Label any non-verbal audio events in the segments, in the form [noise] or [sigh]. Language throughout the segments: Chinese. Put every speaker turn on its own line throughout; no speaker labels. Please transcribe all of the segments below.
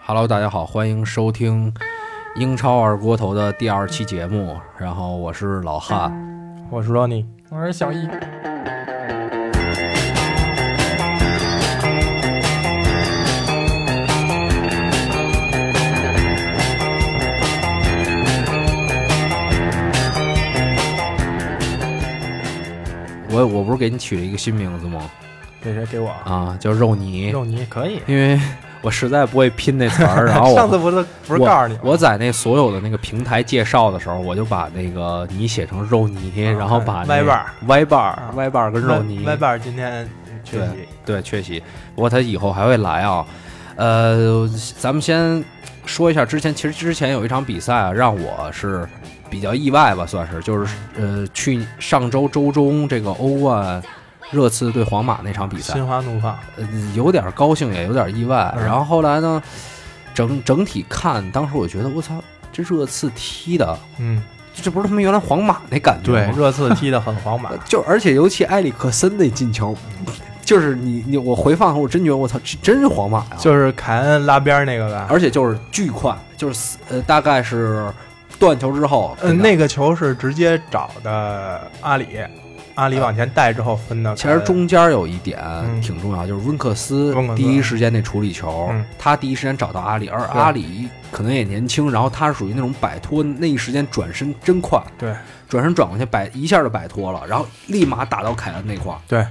Hello，大家好，欢迎收听英超二锅头的第二期节目。然后我是老汉，
我是 Ronnie，
我是小易，
我我不是给你取了一个新名字吗？
给谁给我啊？
啊，叫肉泥，
肉泥可以。
因为我实在不会拼那词
[laughs]
儿。然后
上次
我
不是不是告诉你吗
我在那所有的那个平台介绍的时候，我就把那个泥写成肉泥，
啊
然后把那
歪把儿
歪把儿
啊
歪把儿跟肉泥
歪歪瓣今天呃缺席，
对，缺席。不过他以后还会来啊。呃，咱们先说一下之前，其实之前有一场比赛啊，让我是比较意外吧，算是就是呃，去上周周中这个欧冠热刺对皇马那场比赛，
心花怒放。
呃，有点高兴，也有点意外。
嗯
然后后来呢，整整体看，当时我觉得我操，这热刺踢的，
嗯，
这不是他们原来皇马那感觉吗？
热刺踢得很皇马
[laughs] 呃，就而且尤其埃里克森那进球，就是你你我回放的时候，我真觉得我操，这真是皇马呀！
就是凯恩拉边儿那个吧。
而且就是巨快，就是死呃大概是断球之后，
嗯，那个球是直接找的阿里，阿里往前带之后分的。
其实啊中间有一点
呃嗯
挺重要，就是温克斯
温克斯
第一时间那处理球
嗯，
他第一时间找到阿里，而
对
阿里可能也年轻，然后他是属于那种摆脱那一时间转身真快，
对
转身转过去摆一下就摆脱了，然后立马打到凯恩那块儿，
对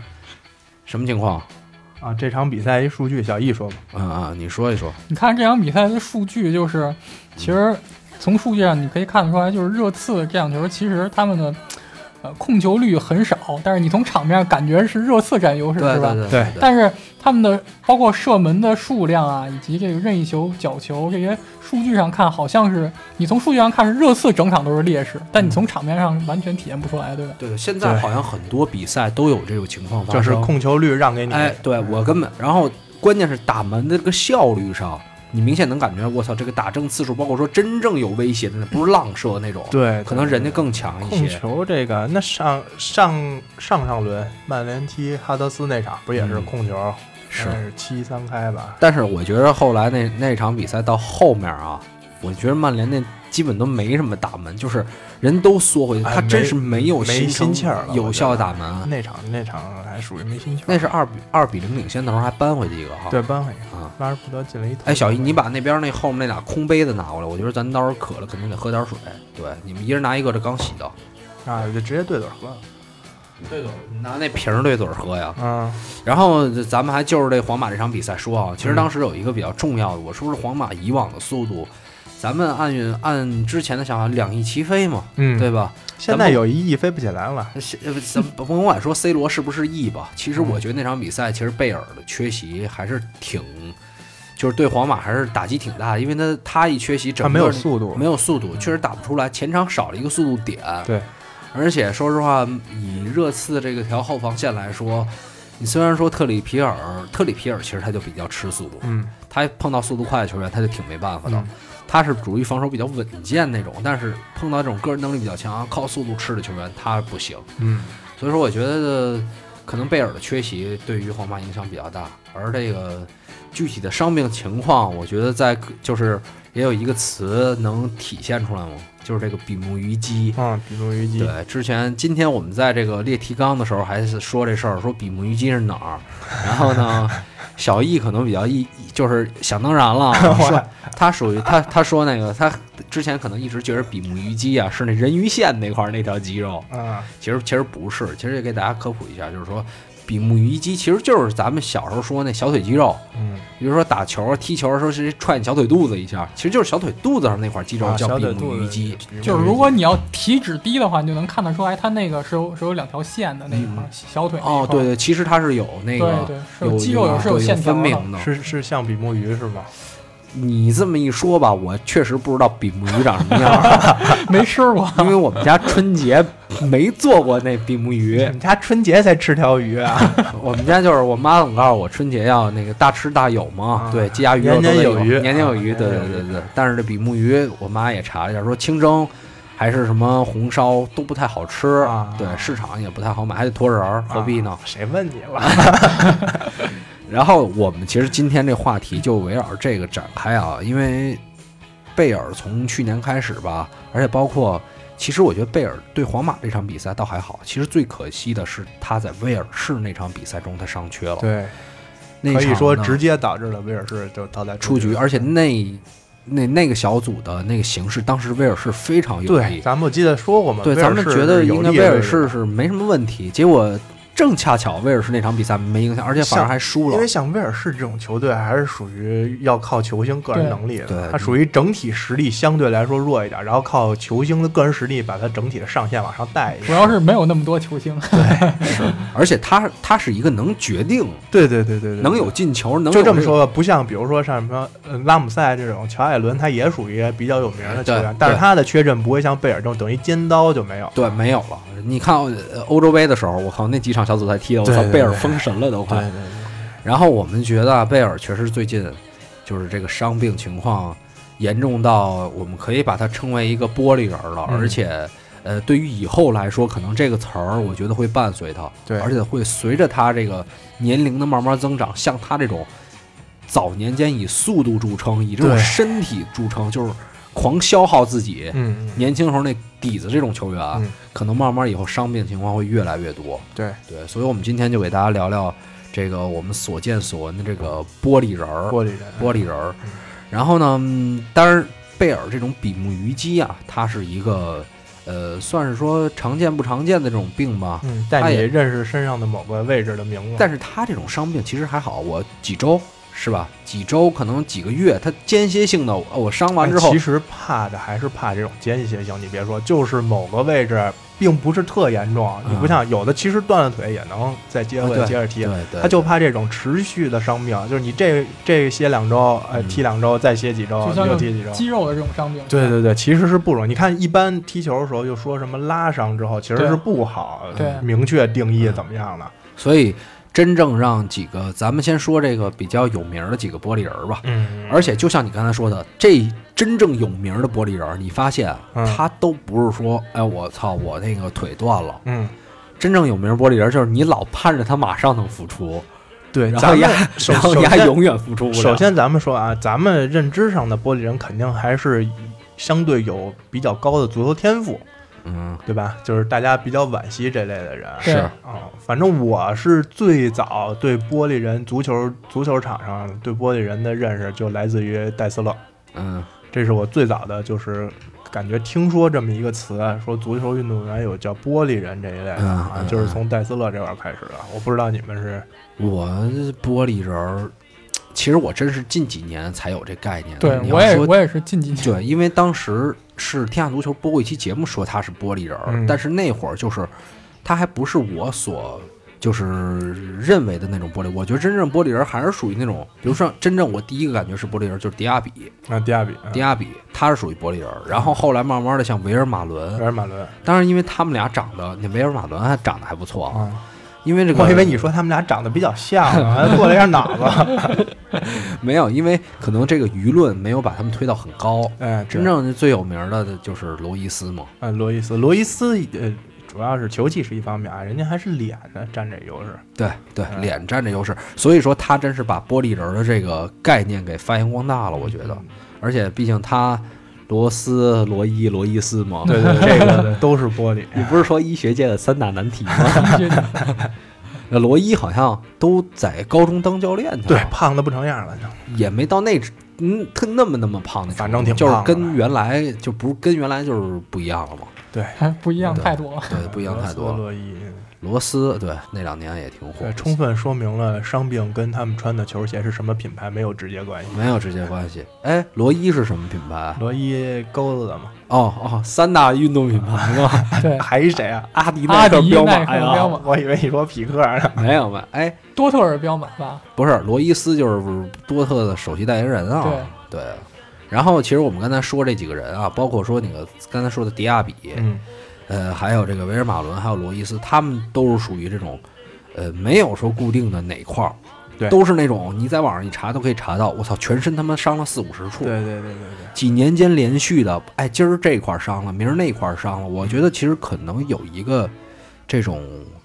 什么情况？
啊，这场比赛一数据，小易说吧。
嗯啊，你说一说，
你看这场比赛的数据，就是其实从数据上你可以看得出来，就是热刺这两球其实他们的呃控球率很少，但是你从场面上感觉是热刺占优势，
对
是吧？
对
对
对，
但是他们的包括射门的数量啊，以及这个任意球、角球这些数据上看，好像是你从数据上看是热刺整场都是劣势，
嗯
但你从场面上完全体验不出来，对吧？
对，现在
对
好像很多比赛都有这种情况发
就
生，
是控球率让给你，
哎，对我根
嗯
本，然后关键是打门的这个效率上，你明显能感觉，我操，这个打正次数，包括说真正有威胁的，那不是浪射那种，
对，
可能人家更强一
控
些。
球这个，那上上上上轮曼联踢哈德斯那场，不也是控球？
是
应该是七三开吧？
但是我觉得后来那那场比赛到后面啊，我觉得曼联那基本都没什么打门，就是人都缩回去，
哎
他真是
没
没有
没
心
心气儿了
有效打
啊
门。
那场那场还属于没心情。
那是二比二比零领先的时候还扳回去一个哈。
对扳回一个，
啊，
拉什福德进了一头。
哎，小姨，你把那边那后面那俩空杯子拿过来，我觉得咱到时候渴了肯定得喝点水。对，你们一人拿一个，这刚洗的。
啊，就直接对嘴喝。
对嘴，拿那瓶儿对嘴儿喝呀。
嗯，
然后咱们还就是这皇马这场比赛说啊，其实当时有一个比较重要的，我说是皇马以往的速度，咱们按按之前的想法，两翼齐飞嘛，
嗯
对吧？
现
咱
在
不
有一翼飞不起来了。
是呃咱们甭管说 C 罗是不是 E 吧，其实
嗯
我觉得那场比赛其实贝尔的缺席还是挺，就是对皇马还是打击挺大的，因为他他一缺席，整个
他没有速度，
没有速度，确实打不出来，前场少了一个速度点。
对，
而且说实话，以热刺这个条后防线来说，你虽然说特里皮尔，特里皮尔其实他就比较吃速度，
嗯，
他碰到速度快的球员他就挺没办法的。
嗯
他是属于防守比较稳健那种，但是碰到这种个人能力比较强、靠速度吃的球员他不行。
嗯，
所以说，我觉得可能贝尔的缺席对于皇马影响比较大，而这个具体的伤病情况，我觉得在就是也有一个词能体现出来吗？就是这个比目鱼肌。
嗯，比目鱼肌，
对，之前今天我们在这个列提纲的时候还是说这事儿，说比目鱼肌是哪儿。然后呢，小易可能比较一就是想当然了，啊说他属于他他说那个他之前可能一直觉得比目鱼肌啊是那人鱼线那块儿那条肌肉，
嗯，
其实其实不是，其实也给大家科普一下，就是说比目鱼肌其实就是咱们小时候说那小腿肌肉，
嗯，
比如说打球、踢球的时候是踹你小腿肚子一下，其实就是小腿肚子上那块肌肉
啊
叫
小
比
腿
目
肚
鱼
子
肌。，
就是如果你要体脂低的话，你就能看得出来，它那个是有是有两条线的那一块
嗯
小腿那一
哦，
块
对对，其实它是有那
对
个
对，是
有
有肌肉有是有线条
分
的。
明的。
是是像比目鱼是吗？
你这么一说吧，我确实不知道比目鱼长什么样儿，
[laughs] 没吃过，
因为我们家春节没做过那比目鱼
[laughs]
你。们家春节才吃条鱼啊？
我们家就是我妈总告诉我春节要那个大吃大有嘛，
啊
对，鸡鸭鱼肉都得
年年
有
有余
年年有余，
啊
对对
年年
对
有余
对。但是这比目鱼，我妈也查了一下，说清蒸还是什么红烧都不太好吃，
啊 [laughs]
对，市场也不太好买，还得托人儿，何必呢？
谁问你了？
然后我们其实今天这话题就围绕着这个展开啊，因为贝尔从去年开始吧，而且包括其实我觉得贝尔对皇马这场比赛倒还好，其实最可惜的是他在威尔士那场比赛中他伤缺了，
对，
那
可
场
以
呢
说直接导致了威尔士就淘汰
出局，而且那那那个小组的那个形势，当时威尔士非常有
对，
利，
咱们我记得说过嘛，
对，
威尔
咱
士
们觉得
是有
应该
利
威
的
尔
这
士
个
是没什么问题，结果正恰巧威尔士那场比赛没影响，而且反而还输
因
了
为。像威尔士这种球队，还是属于要靠球星个人
对
能力的
对，
它属于整体实力相对来说弱一点，然后靠球星的个人实力把它整体的上限往上带一
主
下。
要是没有那么多球星，
而且他他是一个能决定、
对对对对对，
能有进球、能有
嗯就这么
个
说吧，不像比如说像什么呃拉姆塞这种，乔艾伦他也属于比较有名的球
对
员，但是他的缺阵不会像贝尔这种等于尖刀就没有。
对，没有了。你看呃欧洲杯的时候，我靠，那几场小组赛踢的，我操
对，对
贝尔
对
封神了都快。
对对，
然后我们觉得啊贝尔确实最近就是这个伤病情况严重到我们可以把它称为一个玻璃人了，
嗯
而且呃，对于以后来说，可能这个词儿我觉得会伴随他，
对
而且会随着他这个年龄的慢慢增长，像他这种早年间以速度著称，以这种
对
身体著称，就是狂消耗自己，
嗯，嗯
年轻时候那底子这种球员啊，
嗯
可能慢慢以后伤病情况会越来越多。
对
对，所以我们今天就给大家聊聊这个我们所见所闻的这个玻璃人儿，
玻璃人，
玻璃人儿
嗯。
然后呢，嗯当然贝尔这种比目鱼肌啊，它是一个呃，算是说常见不常见的这种病吧。
嗯，带
他
你
也
认识身上的某个位置的名字。
但是他这种伤病其实还好，我几周是吧？几周可能几个月，他间歇性的，我我伤完之
哎
后
其，实怕的还是怕这种间歇性。你别说，就是某个位置并不是特严重，你不
嗯
像有的其实断了腿也能再接
啊
回
对
来接着踢
对。对，
他就怕这种持续的伤病，就是你这这歇两周，呃，
嗯
踢两周，再歇几周，
就
你
像
就
这
踢
种
几周。
肌肉的这种伤病。
对对对，其实是不容易。你看，一般踢球的时候就说什么拉伤之后，其实
对
是不好
对
明确定义怎么样的。
所以真正让几个，咱们先说这个比较有名儿的几个玻璃人儿吧。
嗯
而且就像你刚才说的，这真正有名儿的玻璃人儿，你发现啊
嗯
他都不是说，哎，我操，我那个腿断了。
嗯，
真正有名儿玻璃人儿就是你老盼着他马上能复出，
对，
然
咱
后
们
丫，
首
然后
首
丫
先
永远复出不了。
首，先，咱们说啊，咱们认知上的玻璃人肯定还是相对有比较高的足球天赋，
嗯，
对吧？就是大家比较惋惜这类的人。
对
是
啊、反正我是最早对玻璃人足球足球场上对玻璃人的认识就来自于戴斯勒，
嗯，
这是我最早的就是感觉听说这么一个词，说足球运动员有叫玻璃人这一类的啊，
嗯嗯
就是从戴斯勒这块儿开始的。我不知道你们是
我玻璃人儿，其实我真是近几年才有这概念的。
对
你要
我也
说
我也是近几
[laughs]
年， [laughs]
对，因为当时是天下足球播过一期节目，说他是玻璃人儿，
嗯
但是那会儿就是他还不是我所就是认为的那种玻璃。我觉得真正玻璃人儿还是属于那种，比如说真正我第一个感觉是玻璃人儿就是迪亚比，
啊，迪亚比、
迪亚比他是属于玻璃人儿，然后后来慢慢的像维尔马
维
伦，
尔马伦
当然因为他们俩长得，那维尔马伦还长得还不错，
啊。
因为这个
我以为你说他们俩长得比较像 [laughs] 呢，过了一下脑子。
没有，因为可能这个舆论没有把他们推到很高。
[laughs] 哎，
真正最有名儿的就是罗伊斯嘛，
呃，罗伊斯，罗伊斯呃，主要是球技是一方面啊，人家还是脸呢占这优势。
对对，
嗯
脸占着优势，所以说他真是把玻璃人儿的这个概念给发扬光
嗯
大了，我觉得。而且毕竟他罗斯、罗伊、罗伊斯嘛，
对对，对这个都是玻璃。
你不是说医学界的三大难题吗？
这
那 [laughs] 罗伊好像都在高中当教练去
[laughs] 对
了，，
胖的不成样了就。
也没到那嗯特那么那么胖的程度，
反正挺
就是
胖的
跟原来就不是跟原来就是不一样了
[laughs]
嘛，
对，嗯
还哎不一样太多了。
对，呃不一样太多
罗斯
了。
罗伊，
罗斯对那两年也挺火
对，，充分说明了伤病跟他们穿的球鞋是什么品牌没有直接关系。
没有直接关系。哎，罗伊是什么品牌？
罗伊钩子的嘛，
哦哦，三大运动品牌嘛。
[laughs] 对，
还是谁啊？
[laughs] 阿迪
阿
耐克
迪、
彪
耐克、
马哎
彪
呀，
马、
我以为你说匹克呢。
没有吧？哎，
多特尔彪马
[laughs]
吧？
不是，罗伊斯就是多特的首席代言人啊。对然后其实我们刚才说这几个人啊，包括说那个刚才说的迪亚比，
嗯，
呃，还有这个维尔马伦，还有罗伊斯，他们都是属于这种，呃，没有说固定的哪块儿，
对
都是那种你在网上一查都可以查到，我操，全身他妈伤了四五十处，
对对对对对。
几年间连续的，哎，今儿这块儿伤了，明儿
嗯
那块儿伤了。我觉得其实可能有一个这种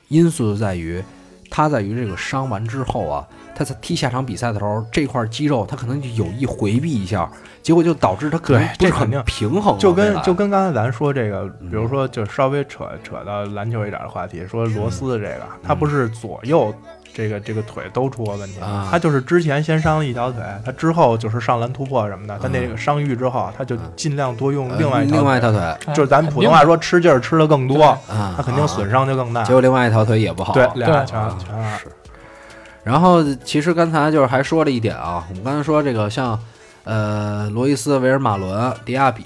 因素在于，他在于这个伤完之后啊，他在踢下场比赛的时候，这块肌肉他可能就有意回避一下，结果就导致他可能
对
不是
这肯
很
定
平衡啊，
就跟
未来
就跟刚才咱说这个，
嗯
比如说就稍微扯扯到篮球一点的话题，
嗯
说罗斯这个，他不是左右这个这个腿都出过问题
啊
吗，他就是之前先伤了一条腿，他之后就是上篮突破什么的，他那个伤愈之后，他就尽量多用
啊呃
另外一
另
条
外一
腿，
条腿
哎
就是咱普通话说吃劲儿吃的更多，
啊，
他肯定
啊
损伤就更大
结。果另外一条腿也不好，
对，俩
对
全
啊
全二，
是。然后其实刚才就是还说了一点啊，我们刚才说这个像呃罗伊斯、维尔马伦、迪亚比，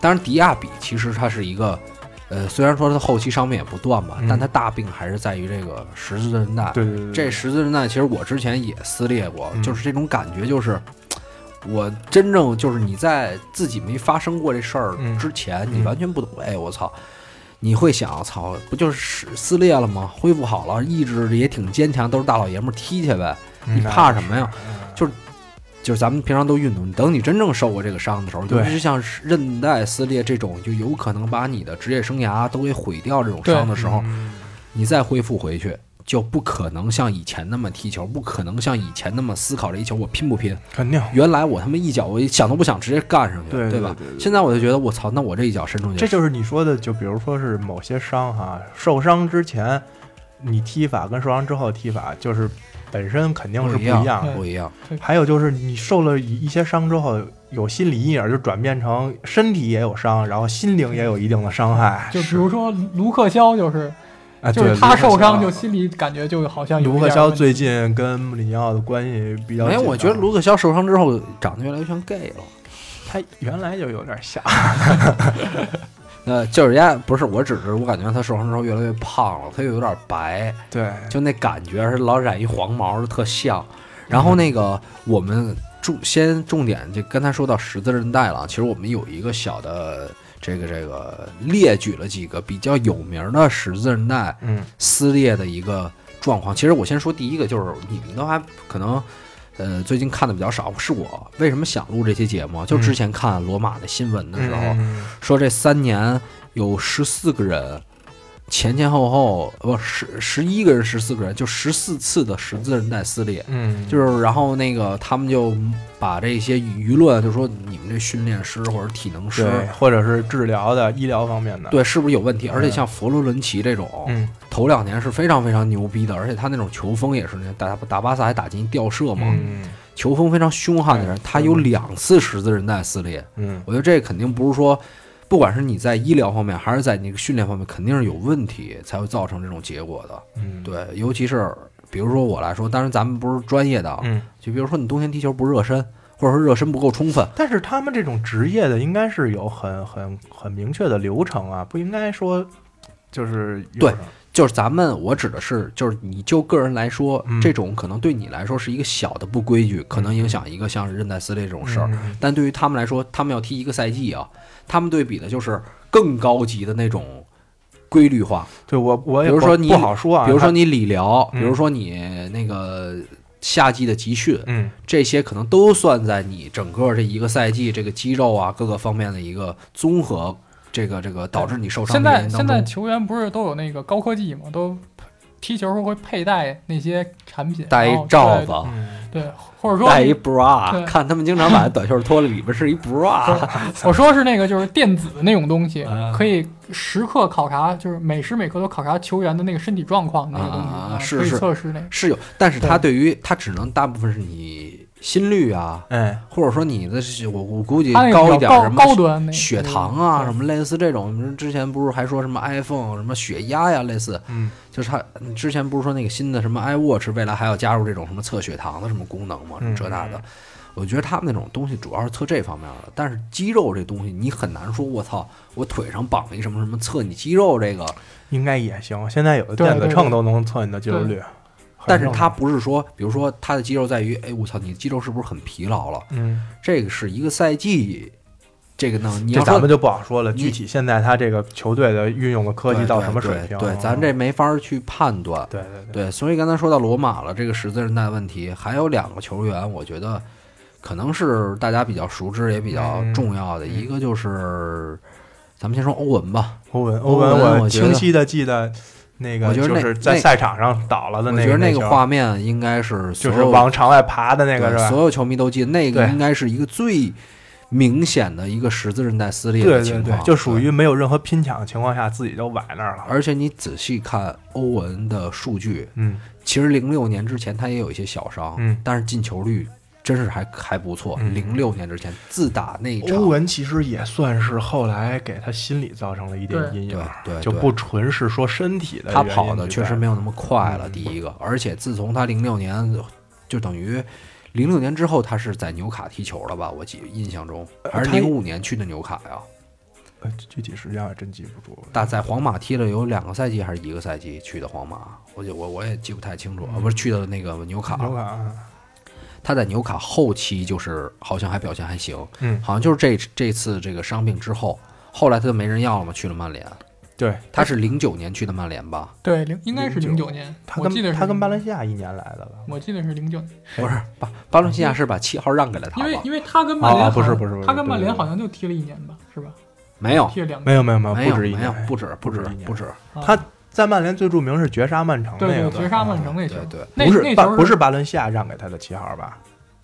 当然迪亚比其实他是一个呃，虽然说他后期伤病也不断吧，
嗯
但他大病还是在于这个十字韧带。
对对对，对
这十字韧带其实我之前也撕裂过，
嗯
就是这种感觉，就是我真正就是你在自己没发生过这事儿
嗯
之前，
嗯
你完全不懂。哎，我操！你会想，操，不就是撕裂了吗？恢复好了，意志也挺坚强，都是大老爷们儿踢去呗。
嗯
你
那
怕
是
什么呀？
嗯
就是咱们平常都运动，等你真正受过这个伤的时候，
对
尤其是像韧带撕裂这种，就有可能把你的职业生涯都给毁掉这种
对
伤的时候，
嗯
你再恢复回去，就不可能像以前那么踢球，不可能像以前那么思考这一球我拼不拼。
肯定
原来我他妈一脚我想都不想直接干上去，
对对
吧
对对？对
现在我就觉得我操，那我这一脚伸出
这
去，
就是你说的，就比如说是某些伤哈，受伤之前你踢法跟受伤之后踢法，就是本身肯定是不一样的。
对
不一样。
还有就是你受了一一些伤之后，有心理阴影，就转变成身体也有伤，然后心灵也有一定的伤害。
[laughs] 就比如说卢克肖，就是
啊，
哎
就是
对
他受伤就
卢克
心里感觉就好像
肖
有
卢
一
克
点
肖
问题
最近跟穆里尼奥的关系比较紧
没有，
张，
我觉得卢克肖受伤之后长得越来越像 gay 了。
他原来就有点像，
呃，就是人家不是，我只是我感觉他受伤之后越来越胖了，他又有点白，
[laughs] 对，
就那感觉是老染一黄毛，就特像。然后那个我们重先重点就刚才说到十字韧带了，啊其实我们有一个小的这个这个列举了几个比较有名的十字韧带
嗯，
撕裂的一个状况。其实我先说第一个，就是你们都还可能。呃，最近看的比较少，是我为什么想录这期节目？啊就之前看罗马的新闻的时候，
嗯
说这三年有十四个人，前前后后不十十一个人，十四个人，就十四次的十字韧带撕裂。
嗯，
就是是，然后那个他们就把这些舆论就说你们这训练师或者体能师
对，或者是治疗的、医疗方面的，，
对是不是有问题？
嗯
而且像佛罗伦齐这种，
嗯，
头两年是非常非常牛逼的，而且他那种球风也是那打打巴萨还打进吊射嘛，
嗯
球风非常凶悍的人，他有两次十字韧带撕裂，
嗯，
我觉得这肯定不是说，不管是你在医疗方面还是在那个训练方面，肯定是有问题才会造成这种结果的。
嗯，
对，尤其是比如说我来说，当然咱们不是专业的啊，
嗯，
就比如说你冬天踢球不热身，或者说热身不够充分，
但是他们这种职业的，应该是有很很很明确的流程啊，不应该说就是有
对
什么
就是咱们我指的是，就是你就个人来说，
嗯
这种可能对你来说是一个小的不规矩，可能影响一个像韧带撕裂这种事儿，
嗯嗯
但对于他们来说，他们要踢一个赛季啊，他们对比的就是更高级的那种规律化。
对我我也
比如
不
说你
不好说啊，
比如说
他
你理疗，比
嗯
如说你那个夏季的集训，
嗯
这些可能都算在你整个这一个赛季这个肌肉啊各个方面的一个综合，这个这个导致你受伤
现
的
在
原因
现
当
在
中。
球员不是都有那个高科技嘛，都踢球时候会佩戴那些产品，
戴
然后
一罩子，
嗯
哦对，对，或者说
戴一
对
bra，看他们经常把短袖脱了，里边是一
[laughs]
bra。
我说是那个就是电子的那种东西
啊，
可以时刻考察，就是每时每刻都考察球员的那个身体状况那个东西
啊啊啊
啊，
是
可以
是
测试那个。
是有，但是它
对
对于它只能大部分是你心率啊，
哎
或者说你的是我我估计
它那个
高一
比
点
较高
什么
高端那个
血糖啊，什么类似这种，你说之前不是还说什么 iPhone 什么血压呀，类似，
嗯
就是它嗯之前不是说那个新的什么 iWatch 未来还要加入这种什么测血糖的什么功能吗？什么
嗯
这那的，我觉得他们那种东西主要是测这方面的，但是肌肉这东西你很难说，我操，我腿上绑了一什么什么测你肌肉这个，
应该也行，现在有的
对
电子
对对
秤都能测你的肌肉率，很
但是
正
它
常
不是说，比如说它的肌肉在于，哎，我操，你的肌肉是不是很疲劳了？
嗯，
这个是一个赛季，这个呢，你
这
要
咱
说
们就不好说了，
你
具体现在他这个球队的运用的科技
对
到
对
什么
对
水平，啊
对，咱这没法儿去判断。
对对对
对，所以刚才说到罗马了，这个十字韧带问题，还有两个球员，我觉得可能是大家比较熟知也比较重要的、
嗯
一个就是，咱们先说欧文吧，
欧文，欧
欧文我
我
觉得
清晰的记得那个
我觉得
就
那
是在
那
赛场上倒了的
我
那
觉得
个
那
球
个画面应该是所
就
有
是往场外爬的那
对
个是吧？
所有球迷都记得，那个
对
应该是一个最明显的一个十字韧带撕裂
对
的
对
情
对
况，，
就属于没有任何拼抢的情况下，自己就崴那儿
对。
了。
而且你仔细看欧文的数据，
嗯
其实零六年之前他也有一些小伤，
嗯，
但是进球率真是还还不错。
嗯
零六年之前，自打那一场，
欧文其实也算是后来给他心理造成了一点
对
阴
对
影，
对，
就
对
不纯是说身体的原因
他
去干。
跑的确实没有那么快了，
嗯
第一个，而且自从他零六年，就等于零六年之后，他是在纽卡踢球了吧？我记印象中，还是
呃他
零五年去的纽卡呀？
呃，具体时间我还真记不住了。
大在皇马踢了有两个赛季还是一个赛季去的皇马，我就我我也记不太清楚，啊，
嗯
不是去的那个纽卡，
有感啊，
他在纽卡后期就是好像还表现还行，
嗯
好像就是这这次这个伤病之后，后来他就没人要了嘛，去了曼联。
对，
他是零九年去的曼联吧？
对，零应该是零
09
九年，
他
我记得
跟
是
他跟巴伦西亚一年来的吧？
我记得是零九年，
哎
不是，巴巴伦
嗯
西亚是把七号让给了他
因为
吧？
因为他跟曼联
哦
好
不是
像
不是不是
他跟
对
曼
对
联
对
好像就踢了一年吧，是吧？
没有，
踢了两年，
没有没有没有，
没有，
啊不止一
没有
年，，
不止，不止
不止一，年
不止。
他在曼联最著名是绝杀曼城
对
那
对
个
绝杀曼城那
对
球，
对，
那
不是
那
巴
球
不是巴伦西亚让给他的七号吧？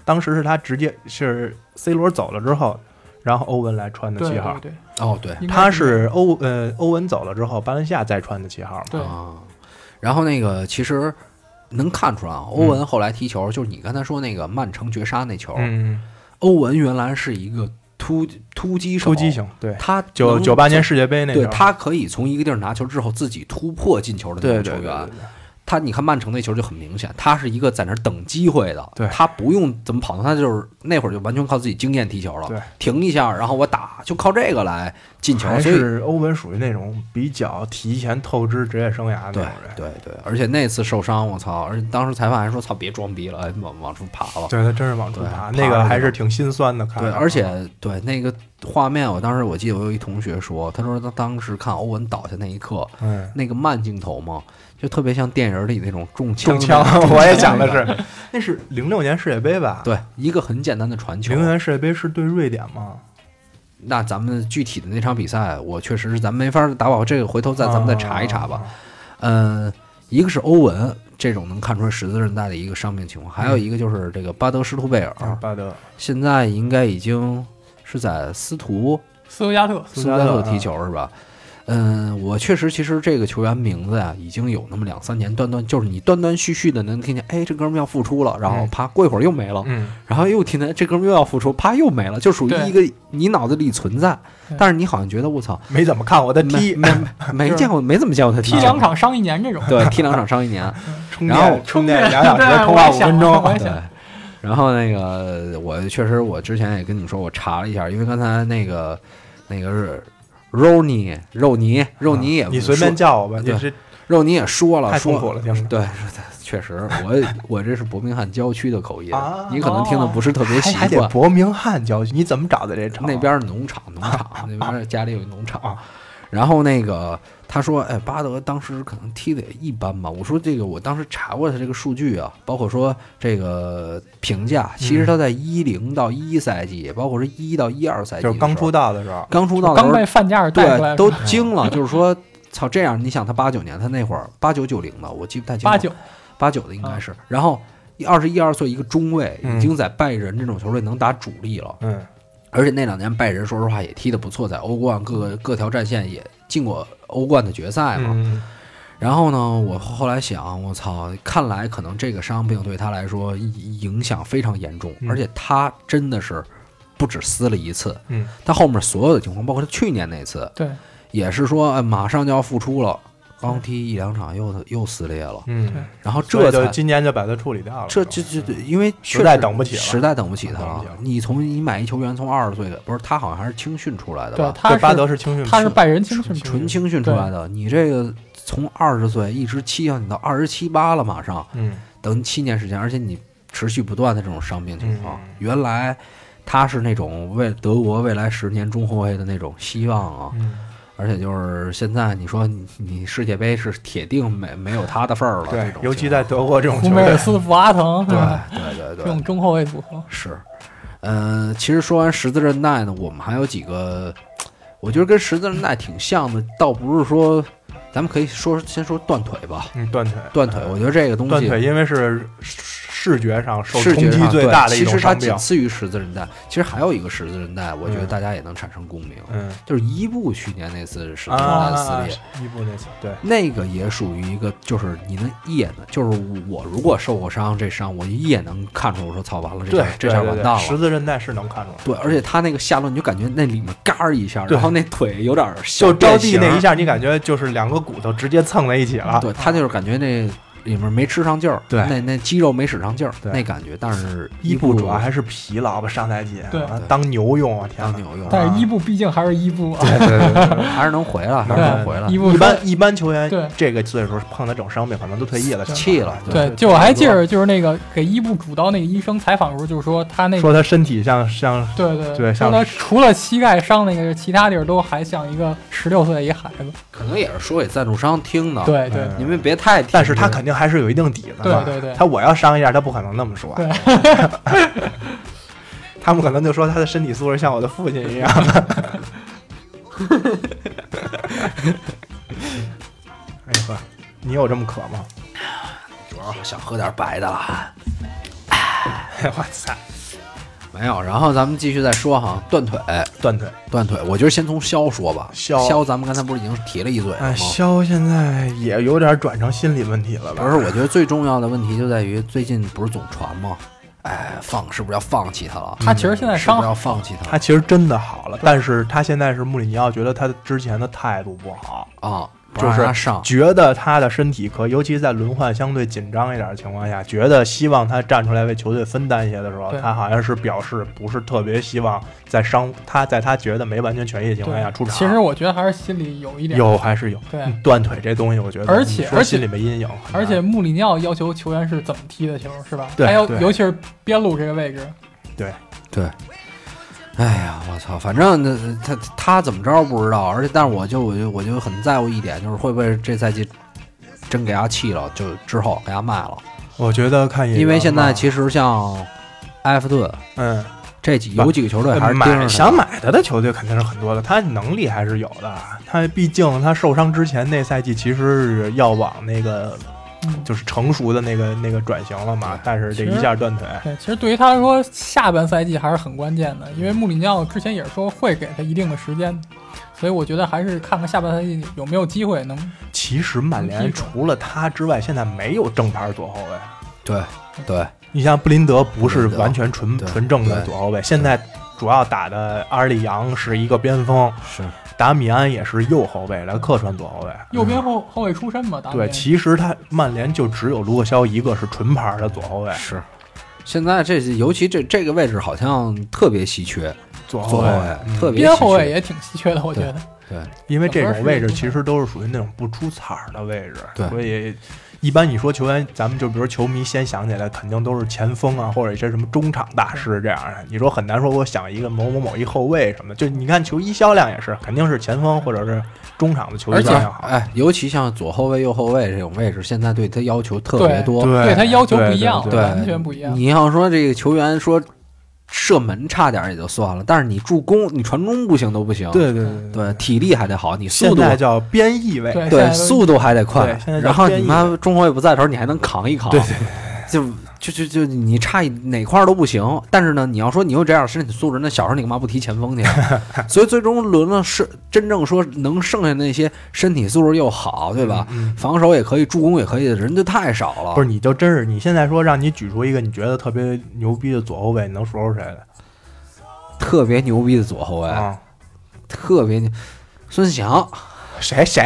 当时是他直接是 C 罗走了之后，然后欧文来穿的
对
七
对
号。
对，
哦对，
应该
他是欧呃欧文走了之后，巴伦西亚再穿的七号嘛。
对
啊，然后那个其实能看出来
嗯
啊，欧文后来踢球，就是你刚才说那个曼城绝杀那球，
嗯，
欧文原来是一个突突击手，
出击，型对，
他
九
能
九八年世界杯那
对
球
他可以从一个地儿拿球之后自己突破进球的那
对
种
对
球
对对
员。
对
他你看曼城那球就很明显，他是一个在那儿等机会的，
对
他不用怎么跑动，他就是那会儿就完全靠自己经验踢球了，
对，
停一下，然后我打，就靠这个来进球，
还
所以
是欧文属于那种比较提前透支职业生涯的那
对
种人。
对对，而且那次受伤，我操！而且当时裁判还说：“操，别装逼了，哎往往出爬吧。
对他真是往出
对
爬，
爬
那个
着
还
走
是挺心酸的”看
对，
着啊。
而且对那个画面，我当时我记得我有一同学说，他说他当时看欧文倒下那一刻，
嗯，
那个慢镜头嘛，就特别像电影里那种中
中
枪的
枪
那种。，
[laughs] 我也想的是，那是零六年世界杯吧？，
对，一个很简单的传球
零。六年世界杯是对瑞典吗？
那咱们具体的那场比赛，我确实是咱们没法打保，这个回头再咱们再查一查吧。
啊。
嗯，一个是欧文这种能看出来十字韧带的一个伤病情况，还有一个就是这个巴德施图贝尔，
嗯啊巴德，
现在应该已经是在斯图
斯图加特，
斯图加特踢球是
啊
吧？嗯，我确实，其实这个球员名字呀、已经有那么两三年，断断就是你断断续续的能听见，哎，这哥们儿要复出了，然后
嗯
啪过一会儿又没了，
嗯，
然后又听见这哥们儿又要复出，啪又没了，就属于
对
一个你脑子里存在
对，
但是你好像觉得我操，
没怎么看我的
没
踢，
没没见过，没怎么见过他
呃踢两，场伤一年这种，
对，踢两场伤一年，啊
充
然后
电充电两小
[laughs] 对
时，
我
通话
也
五分
想我
钟。
也
哦对
想，，
然后那个我确实，我之前也跟你们说，我查了一下，因为刚才那个那个是肉泥肉泥肉泥也、
啊你随便
叫，
叫我吧，你
对
这
肉泥也说了，
太痛苦
说
了，听着。
对， [laughs] 确实，我我这是伯明翰郊区的口音，
啊
你可能听的不是特别习
还还得
惯。
伯明翰教你怎么找的这场？
那边儿农场，农
[laughs]
场那边儿家里有一农场
啊，
然后那个他说，哎，巴德当时可能踢的也一般吧。我说这个，我当时查过他这个数据啊，包括说这个评价，其实他
嗯
在一零到一赛季，包括是一到一二赛季，
就是刚出
道，
道的时候，
刚出道的时
刚
候，
被范加尔带回来
对，
的，
都惊了，就是说。操，这样你想，他八九年，他那会儿八九九零的，我记不太清楚，
八九，
八九的应该是。然后二十一二岁一个中卫，
嗯
已经在拜仁这种球队能打主力了。
嗯，
而且那两年拜仁说实话也踢得不错，在欧冠各个各条战线也进过欧冠的决赛嘛。
嗯，
然后呢，我后来想，我操，看来可能这个伤病对他来说影影响非常严重，
嗯
而且他真的是不止撕了一次，
嗯，
他后面所有的情况，包括他去年那次，
对，
也是说、哎、马上就要复出了，刚踢一两场又又撕裂了，
嗯，
然后
所
这
以就
才
今年就把他处理掉了。
这
是
这
吧
这，因为确
实在
实
等不起了
实在等不起他
等不
了
起了。
你从你买一球员从二十岁的，不是他好像还是青训出来的
对，
吧？
他
对啊巴
是
德是青训，
他是拜仁青训
纯
出
纯青训出来
嗯
的，你这个从二十岁一直期向你到二十七八了，马上
嗯，
等七年时间，而且你持续不断的这种伤病情况
嗯，
原来。他是那种为德国未来十年中后卫的那种希望啊，
嗯，
而且就是现在你说你你世界杯是铁定没没有他的份儿了，这
对
种，
尤其
情
在
况
德国这种
福
球
梅尔
队，
斯、福阿滕，是
对
吧
对对
这
对，
种中后卫组合，
是，呃，其实说完十字韧带呢，我们还有几个，我觉得跟十字韧带挺像的，倒不是说，咱咱们可以说先说断腿吧。
嗯，断腿，
断腿，我觉得这个东西，
断腿，因为是视视觉上受
视
冲
觉
击
上
最
对
大的一
其
种
实它
伤
仅
病。
次于十字韧带，其实还有一个十字韧带，我觉得
嗯
大家也能产生共鸣，
嗯，
就是伊布去年那次十字韧带
啊，
的撕裂。
伊布那次，对，
那个也属于一个，就是你能一眼的，就是我如果受过伤，这伤我一眼能看出，我说操，完了，这
对
下，这
对
下
对
完
对
蛋了。
十字韧带是能看出来，
对，而且他那个下落，你就感觉那里面嘎儿一下，
对
然后那腿有点儿小
就着
变
地
形
那一下，你感觉就是两个骨头直接蹭在一起了。
对他就是感觉那里面没吃上劲儿，
对
那那肌肉没使上劲儿，
对
那感觉。但是
伊
布
布主要啊还
是
是疲劳吧，上赛季
对
啊当牛用啊，天
当
哪！
牛用，
但是伊布毕竟还是伊布啊，
[laughs] 对对对对
[laughs]
对
还是能回来，还是能回来
伊。布
一
说
般一般球员
对
这个岁数碰到这种伤病，可能都退役了，
气了
对，就我还记着，就是那个给伊布主刀那个医生采访的时候，就是说他那个
说他身体像像
对对
对
说
像
他除了膝盖伤那个，其他地儿都还像一个十六岁的一孩子。
可能也是说给赞助商听的。，
对对
嗯
你们别太听这个。
但是他肯定还是有一定底子的。
对对对
他我要伤一下，他不可能那么说。
对
[laughs] 他们可能就说他的身体素质像我的父亲一样。 [laughs] 哎呦呵，你有这么渴
[laughs]
吗？
主要是想喝点白的了，
我操，
没有。然后咱们继续再说哈，断腿，
断腿。
断腿，我觉得先从肖说吧。
肖
肖，咱们刚才不是已经提了一嘴了
哎，
吗？
肖现在也有点转成心理问题了吧？
不是，我觉得最重要的问题就在于最近不是总传吗？哎，放是不是要放弃他了？
他其实现在
是不
伤
是要放弃他
他其实真的好了，但是他现在是穆里尼奥觉得他之前的态度不好，
啊？不
就
让
是
他上，
觉得他的身体可，尤其在轮换相对紧张一点的情况下，觉得希望他站出来为球队分担一些的时候，
对
他好像是表示不是特别希望在伤他在他觉得没完全痊愈的情况哎下出
对，
场。
其实我觉得还是心里有一点。
有还是有，
对
嗯断腿这东西，我觉得
而且
你说
而且
心里没阴影，嗯很
而且
难
穆里尼奥要求球员是怎么踢的球，是吧？
对
还有
对
尤其是边路这个位置，
哎呀，我操！反正那他他怎么着不知道，而且但是我就我就我就很在乎一点，就是会不会这赛季真给他气了，就之后给他卖了。
我觉得看
因为现在
实
其实像埃弗顿
嗯，
这几有几个球队还是盯着
买
他
想买他的球队肯定是很多的，他能力还是有的。他毕竟他受伤之前那赛季其实是要往那个
嗯，
就是成熟的那个那个转型了嘛，但是这一下断腿，
对，其实对于他来说，下半赛季还是很关键的，因为穆里尼奥之前也是说会给他一定的时间，所以我觉得还是看看下半赛季有没有机会能。
其实曼联除了他之外，现在没有正牌左后卫。
对对
你像布林德不是
布林德
完全纯
对
纯正的左后卫，现在主要打的阿里扬是一个边锋，
是
达米安也是右后卫来客串左后卫。
右边后后卫出身嘛，达米
对，其实他曼联就只有卢克肖一个是纯牌的左后卫，
是。现在这尤其这这个位置好像特别稀缺，
左嗯
后卫哦哎特别
边后卫也挺稀缺的，我觉得。
对，
因为这种位置其实都是属于那种不出彩儿的位置，
对
所以一般你说球员，咱们就比如球迷先想起来，肯定都是前锋啊，或者一些什么中场大师这样的。你说很难说我想一个某某某一后卫什么的，就你看球衣销量也是，肯定是前锋或者是中场的球衣
而且
销量好。
哎，尤其像左后卫、右后卫这种位置，现在对他要求特别
对
多，
对
对他要求不
对
一样，
对
对啊
完全不一样。
你要说这个球员说射门差点也就算了，但是你助攻、你传中不行都不行。
对对对
嗯对，体力还得好，你速
现
度
在叫边翼位，
对
对速度还得快
对现在，叫
然后你
边翼
妈中后卫不在的时候，你还能扛一扛。
对对
就就就就你差一哪块儿都不行，但是呢，你要说你有这样的身体素质，那小时候你干嘛不踢前锋去？啊 [laughs] 所以最终轮了是真正说能剩下那些身体素质又好，对吧？
嗯
防守也可以，助攻也可以的人就太少了。
不是，你就真是你现在说让你举出一个你觉得特别牛逼的左后卫，你能说出谁来
特别牛逼的左后卫，
啊？
特别牛。孙祥 [laughs]
谁谁？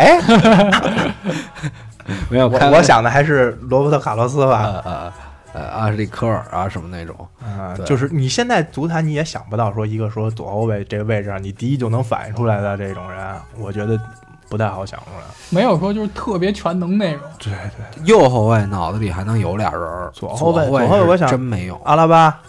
没有
我
开玩
我想的还是罗伯特卡洛斯吧。
呃呃呃阿什利科尔啊什么那种，
啊，
对
就是你现在足坛你也想不到说一个说左后卫这个位置上，你第一就能反应出来的这种人，我觉得不太好想出来。
没有说就是特别全能那种。
对对，
右后卫脑子里还能有俩人儿，
左
左
后卫
卫
左后卫我
是
想
真没有
阿拉巴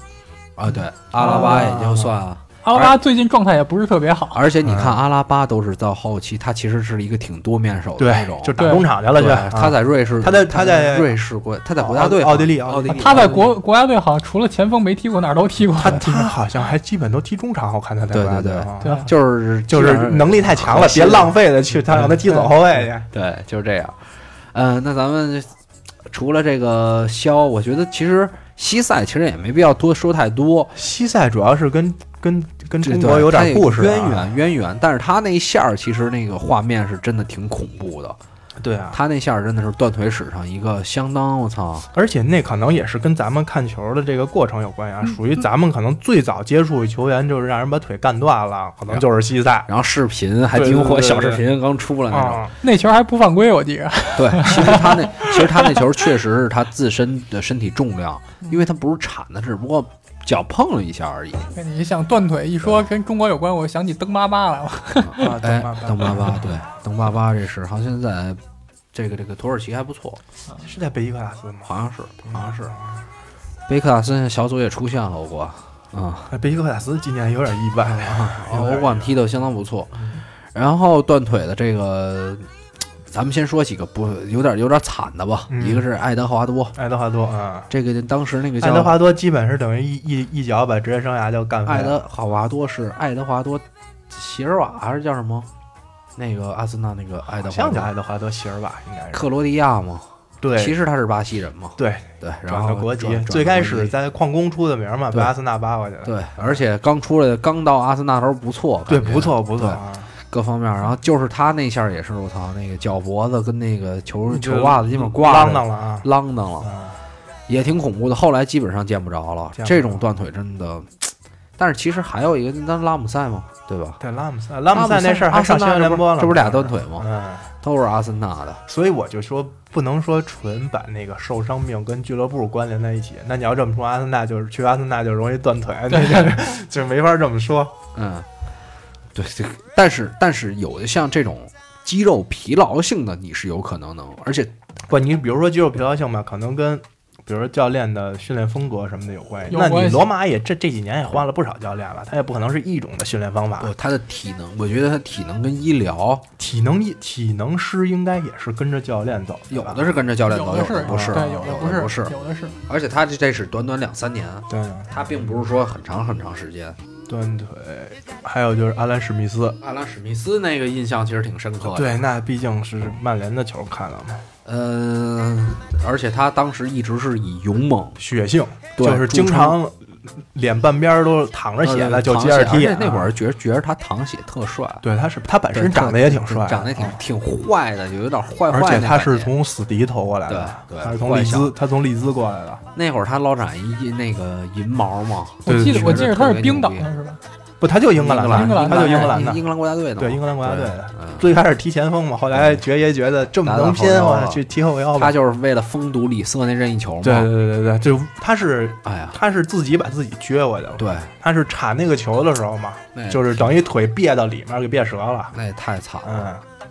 啊。对，阿拉巴也就算了，
阿拉巴最近状态也不是特别好，
而且你
嗯
看阿拉巴都是到后期，他其实是一个挺多面手的那
对
种，，
就打
对
中场去了去
哦对，
啊
他在瑞士，
他在
他
他在
瑞士国，他在国家队
奥
好像，
奥地利
奥地利，
他在国国家队好像除了前锋没踢过，哪儿都踢过。
他他好像还基本都踢中场，我看他在
对
国家
对
队
对
啊
对，
[laughs] 就是
[laughs] 就是能力太强了，别浪费
嗯
了去他让他踢左后卫去。
对，就是这样。嗯、那咱们就除了这个肖，我觉得其实西塞其实也没必要多说太多，
西塞主要是跟跟跟
这
中
对
国有
他
点
也
故事啊
渊，源渊源，但是他那一下儿其实那个画面是真的挺恐怖的，
对啊，
他那下儿真的是断腿史上一个相当我操，
而且那可能也是跟咱们看球的这个过程有关系啊，属于咱们可能最早接触球员就是让人把腿干断了，可能就是西塞
然后视频还
对
挺
对
火，
对
小视
对
频刚出来那种。
啊，
那球还不犯规，我记着。
[laughs] 对，其实他那其实他那球确实是他自身的身体重量，因为他不是铲的，只不过脚碰了一下而已。
跟你想断腿一说跟中国有关，我想起邓巴巴来了。
啊
哎，
邓
邓巴
巴巴
巴，对，邓巴巴这是好像现在这个这个土耳其还不错，
是在贝伊克塔斯吗？
好像是好像是。贝克塔森小组也出现了欧冠，啊，
哎贝伊克塔斯今年有点意
[laughs]
外啊，有点
哦欧冠踢得相当不错。
嗯
然后断腿的这个，咱们先说几个不有点有点惨的吧，
嗯
一个是爱德华多，
爱德华多啊。
这个当时那个叫
爱德华多基本是等于一一一脚把职业生涯就干废
爱
了。
德华瓦多是爱德华多席尔瓦还是叫什么？那个阿森纳那个爱德华
好像
多
叫爱德华多席尔瓦，应该是。
克罗地亚嘛，其
对
实他是巴西人嘛，
对，
对，然
转
后
的国籍
转，转
最
到
开
国
始
际
在矿工出的名嘛，被
对
阿森纳扒过去的。
对，而且刚出来刚到阿森纳时候不错，
对，
感觉
不错不错
对
啊。
各方面。然后就是他那下也是我操，那个脚脖子跟那个球
就
球袜子基本挂
啷
着
当了啊。
啷当了，
啊
也挺恐怖的。后来基本上见不着了，
见不着
这种断腿真的。但是其实还有一个，那拉姆塞嘛，对吧？
对拉姆塞，拉姆
姆塞
塞那事儿还上新闻联播了，
这不是俩断腿吗
嗯，
都是阿森纳的。
所以我就说，不能说纯把那个受伤病跟俱乐部关联在一起。那你要这么说，阿森纳就是去阿森纳就容易断腿，那就就没法这么说。
嗯，对，这个但是但是有的像这种肌肉疲劳性的，你是有可能能，而且
不，你比如说肌肉疲劳性吧，可能跟比如说教练的训练风格什么的有关系。
有
那
关
你
系
罗马也这这几年也换了不少教练了，他也不可能是一种的训练方法。
我他的体能，我觉得他体能跟医疗
体能体能师应该也是跟着教练走，
有
吧
的是跟着教练走，
的
的
是，
不是，
对，有
有
的
不
是，有的是。
而且他这这是短短两三年，
对
他并不是说很长很长时间。
断腿，还有就是阿兰史密斯。
阿拉史密斯那个印象其实挺深刻的，，
对，那毕竟是曼联的球看了嘛，
嗯，而且他当时一直是以勇猛，
血性
对
就是经常脸半边儿都淌着血
呃
了，就接着
淌
踢
血而
啊。
且那会儿觉觉得他淌血特帅，
对，他是他本身
对
啊长得也挺帅，
长得挺
啊
挺坏的，就有点坏坏那
而
感觉。
且他是从死敌投过来的，
对对
他是从利
幻
兹，他从利兹过来的。
那会儿他老染一那个银毛嘛，
我
对
记
对
得
对
我记得他
特
是
别
冰岛
牛逼
的是吧？
不，他就英格兰的，
英格兰
他就英格兰
英
的，
英格兰国家队的嘛，
对英格兰国家队
对
的。
嗯
最开始踢前锋嘛，后来爵爷觉得这么能拼，
打到后腰
我
了
去踢后腰
嗯
吧
他。就是为了封堵里瑟那任意球嘛。
对对对对对，就他是
哎呀，
他是自己把自己撅过去了，
对，
他是铲那个球的时候嘛，
那
就是等于腿别到里面给别折了。
那也太惨了，
嗯，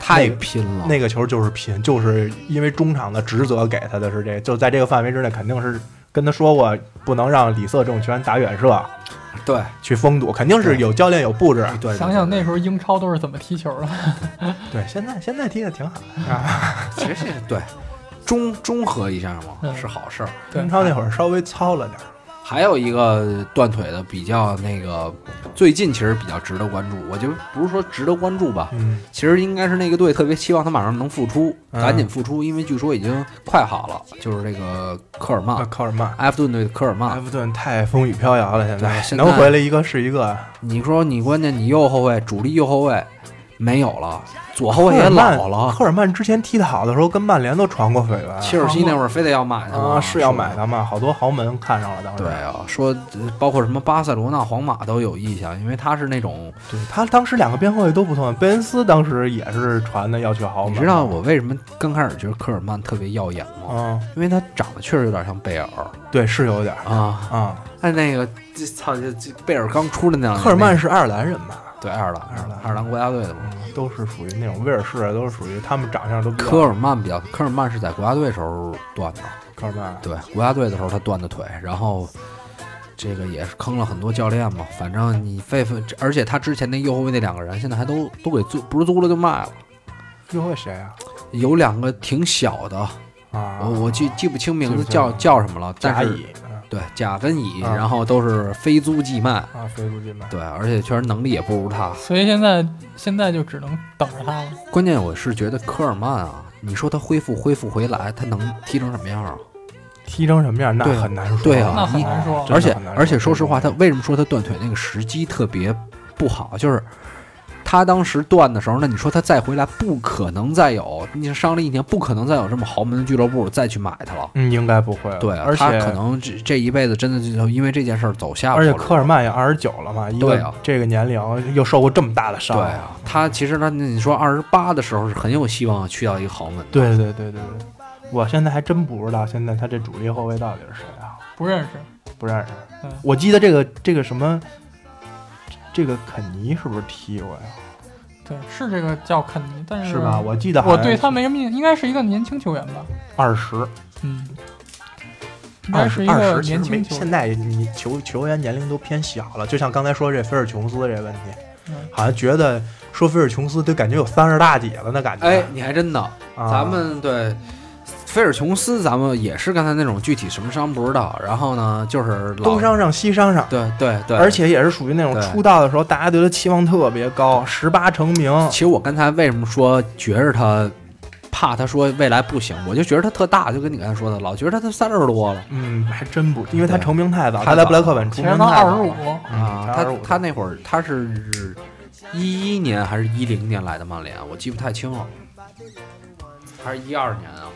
太拼了。
那个球就是拼，就是因为中场的职责给他的是这个，就在这个范围之内，肯定是跟他说过不能让里瑟这种球员打远射
对
去封堵，肯定是有教练有布置。
对，
想想
对
那时候英超都是怎么踢球的，
对，现在现在踢的挺好，
对其实也对中中和一下嘛
嗯
是好事儿。
对
英超
啊
那会儿稍微糙了点儿。
还有一个断腿的比较那个，最近其实比较值得关注，我觉得不是说值得关注吧，
嗯，
其实应该是那个队特别期望他马上能复出，
嗯
赶紧复出，因为据说已经快好了，就是这个科尔
那
曼，
科尔曼，
埃弗顿队的科尔
埃
曼。
弗顿太风雨飘摇了，现
啊对
在
现在
能回来一个是一个。
你说你关键你右后卫主力右后卫没有了，左后卫
科
也
尔曼
老了，
科尔曼之前踢得好的时候，跟曼联都传过绯闻，
切尔西那会儿非得要买他嘛
啊是要买。的嘛，好多豪门看上了当时。
对啊，说呃包括什么巴塞罗那、皇马都有意向，因为他是那种，
对他当时两个边后卫都不错，贝恩斯当时也是传的要去豪
你
门。
知道我为什么刚开始觉得科尔曼特别耀眼吗？
嗯，
因为他长得确实有点像贝尔
对，是有点儿
啊，
啊。
他那个这操这这贝尔刚出的那两年
科尔
那个
曼是爱尔兰人吧？
对，爱尔兰，
爱尔兰
爱尔兰国家队的嘛。
嗯，都是属于那种威尔士，都是属于他们长相都比较
科尔曼比较，科尔曼是在国家队时候断的，
科尔曼。
对，国家队的时候他断的腿，然后这个也是坑了很多教练嘛。反正你费费，而且他之前那右后卫那两个人，现在还都都给租，不是租了就卖了。
又会谁啊？
有两个挺小的，
啊，
我我记记不清名
就
字
是
叫叫什么了，
甲
但是
乙
对甲跟乙，
啊
然后都是非租即卖，
啊，飞出去买。
对，而且确实能力也不如他。
所以现在现在就只能等着他了。
关键我是觉得科尔曼啊，你说他恢复恢复回来，他能踢成什么样啊？
踢成什么样那
对
很难说，
对啊
那很难说
真的
而且
很难
而且说实话，他
这
为什么说他断腿那个时机特别不好？就是他当时断的时候，那你说他再回来，不可能再有，你伤了一年，不可能再有这么豪门的俱乐部再去买他了。
嗯应该不会了，
对，啊
而
他
且
可能这这一辈子真的就因为这件事儿走下坡
而
路。
且科尔曼也二十九了嘛，一
对
个
啊
这个年龄又受过这么大的伤
对，啊，他其实他那你说二十八的时候是很有希望去到一个豪门的。
啊
对对对对对，我现在还真不知道现在他这主力后卫到底是谁啊，
不认识，
不认识
嗯。
我记得这个这个什么，这个肯尼是不是踢过呀？
对，是这个叫肯尼，但
是吧？我记得
嗯我对他没什么印，应该是一个年轻球员吧？
二十
嗯，应该
二
是
十
一
二十，
个
其
年
实没
轻球
现
员。
在你球球员年龄都偏小了，就像刚才说这菲尔琼斯这问题，
嗯
好像觉得说菲尔琼斯都感觉有三十大几了那感觉。
哎，你还真的，
啊
咱们对菲尔琼斯，咱们也是刚才那种具体什么伤不知道，然后呢就是老
东商上西商上，
对对对，
而且也是属于那种
对
出道的时候大家对他期望特别高，十八成名。
[laughs] 其实我刚才为什么说觉着他怕他说未来不行，我就觉得他特大，就跟你刚才说的，老觉得他都三十多了
嗯，还真不，因为他
对
成名太早，
太
他在
早
布莱克本出
其
名
实
太
他
早
二十
了。
五，
嗯
啊。
他
他
25
他那会儿他是一一年还是一零年来的曼联，我记不太清了，还是一二年啊？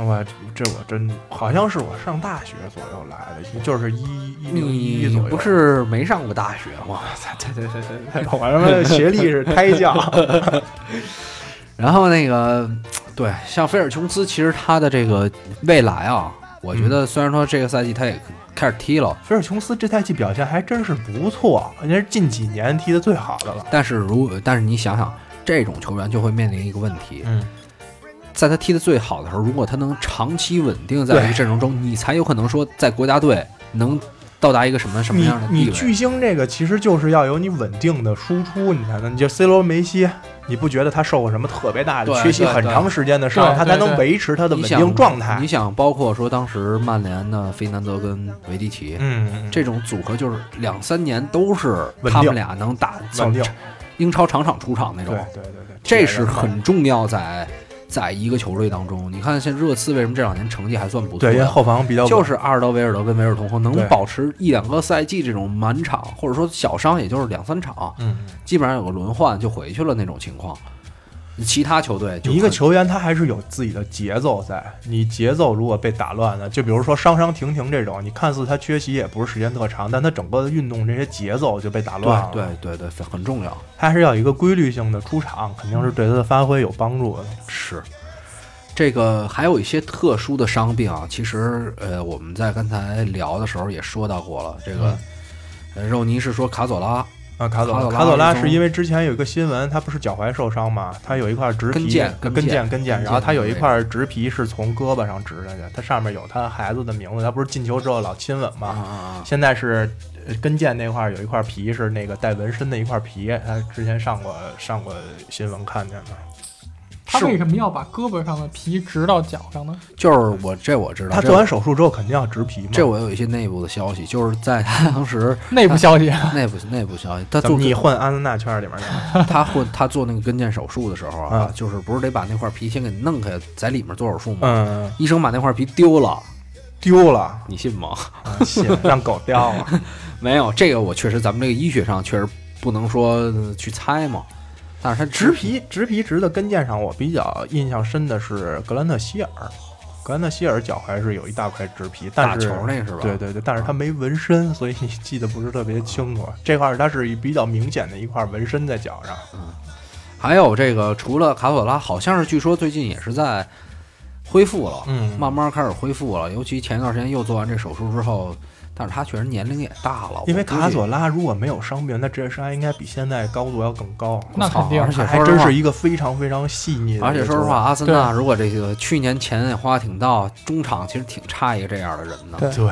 我这我真好像是我上大学左右来的，就是一一零一
你
左右。
不是没上过大学吗？
[laughs] 对，对对对对， [laughs] 我他妈学历是胎
[laughs]
教。
然后那个，对，像菲尔琼斯，其实他的这个未来啊，我觉
嗯
得虽然说这个赛季他也开始踢了，
菲尔琼斯这赛季表现还真是不错，人家是近几年踢的最好的了。
但是如但是你想想，这种球员就会面临一个问题，
嗯，
在他踢得最好的时候，如果他能长期稳定在一个阵容中，你才有可能说在国家队能到达一个什么什么
你
样的
你
地位。
巨星这个其实就是要有你稳定的输出，你才能。你就 C 罗、梅西，你不觉得他受过什么特别大的
对
缺席
对
很
对
长时间的伤，
对
他才
对
能
对
维持他的稳
你想
定状
你
态？
想，包括说当时曼联的费南德跟维迪奇、
嗯，嗯
这种组合，就是两三年都是
稳
他
定
们俩能打
稳定，
英超场场出场那
对
种。
对对对，
这是
铁人嘛
很重要在，在一个球队当中，你看现在热刺为什么这两年成绩还算不错
对，因为
呀？
后防比较稳
就是阿尔德维尔德跟维尔同亨能
对
保持一两个赛季这种满场，或者说小伤也就是两三场，
嗯，嗯
基本上有个轮换就回去了那种情况。其他球队就
你一个
很
球员他还是有自己的节奏在，你节奏如果被打乱了，就比如说伤伤停停这种，你看似他缺席也不是时间特长，但他整个的运动这些节奏就被打乱了。
对对对对很重要。
他还是要有一个规律性的出场，肯定是对他的发挥有帮助的。
是，这个还有一些特殊的伤病啊。其实，呃，我们在刚才聊的时候也说到过了。这个，
嗯
呃肉泥是说卡佐拉
啊，卡佐
卡佐拉
卡佐拉
是
是因为之前有一个新闻，他不是脚踝受伤嘛，他有一块植皮
跟腱
跟
跟腱
腱跟
跟腱
腱，然后他有一
那个
块植皮是从胳膊上植下去，他上面有他孩子的名字，他不是进球之后老亲吻嘛，
啊，
现在是呃跟腱那块儿有一块皮是那个带纹身的一块皮，他之前上过上过新闻看见的。
他
是
为什么要把胳膊上的皮植到脚上呢？
就是我这我知道。
他
这
做
我
完手术之后肯定要植皮嘛。
这我有一些内部的消息，就是在 [laughs] 他当时
内部
[laughs]
消息，
内部内部消息，他
怎
做
么你混安森纳圈里面去了？ [laughs]
他混他做那个跟腱手术的时候啊
啊，
就是不是得把那块皮先给弄开，在里面做手术吗？
嗯，
医生把那块皮丢了，
丢
[laughs]
了，
你信吗？
啊信让狗叼了。
没有，这个我确实咱们这个医学上确实不能说呃去猜嘛，但是他
植皮植皮植的跟腱上，我比较印象深的是格兰特希尔。格兰特希尔脚踝是有一大块植皮，
打
但是
球那是吧？
对对对，但是他没纹身，所以你记得不是特别清楚。这块儿它是比较明显的一块纹身在脚上。
还有这个，除了卡索拉，好像是据说最近也是在恢复了，
嗯
慢慢开始恢复了。尤其前一段时间又做完这手术之后，但是他确实年龄也大了，
因为
我估计
卡索拉如果没有伤病，他职业生涯应该比现在高度要更高。
那
操
肯定
而且
还
说实
真
话
是一个非常非常细腻的。
而且说实话，，阿森纳
对
如果这个去年钱也花挺大，中场其实挺差一个这样的人的。
对
对，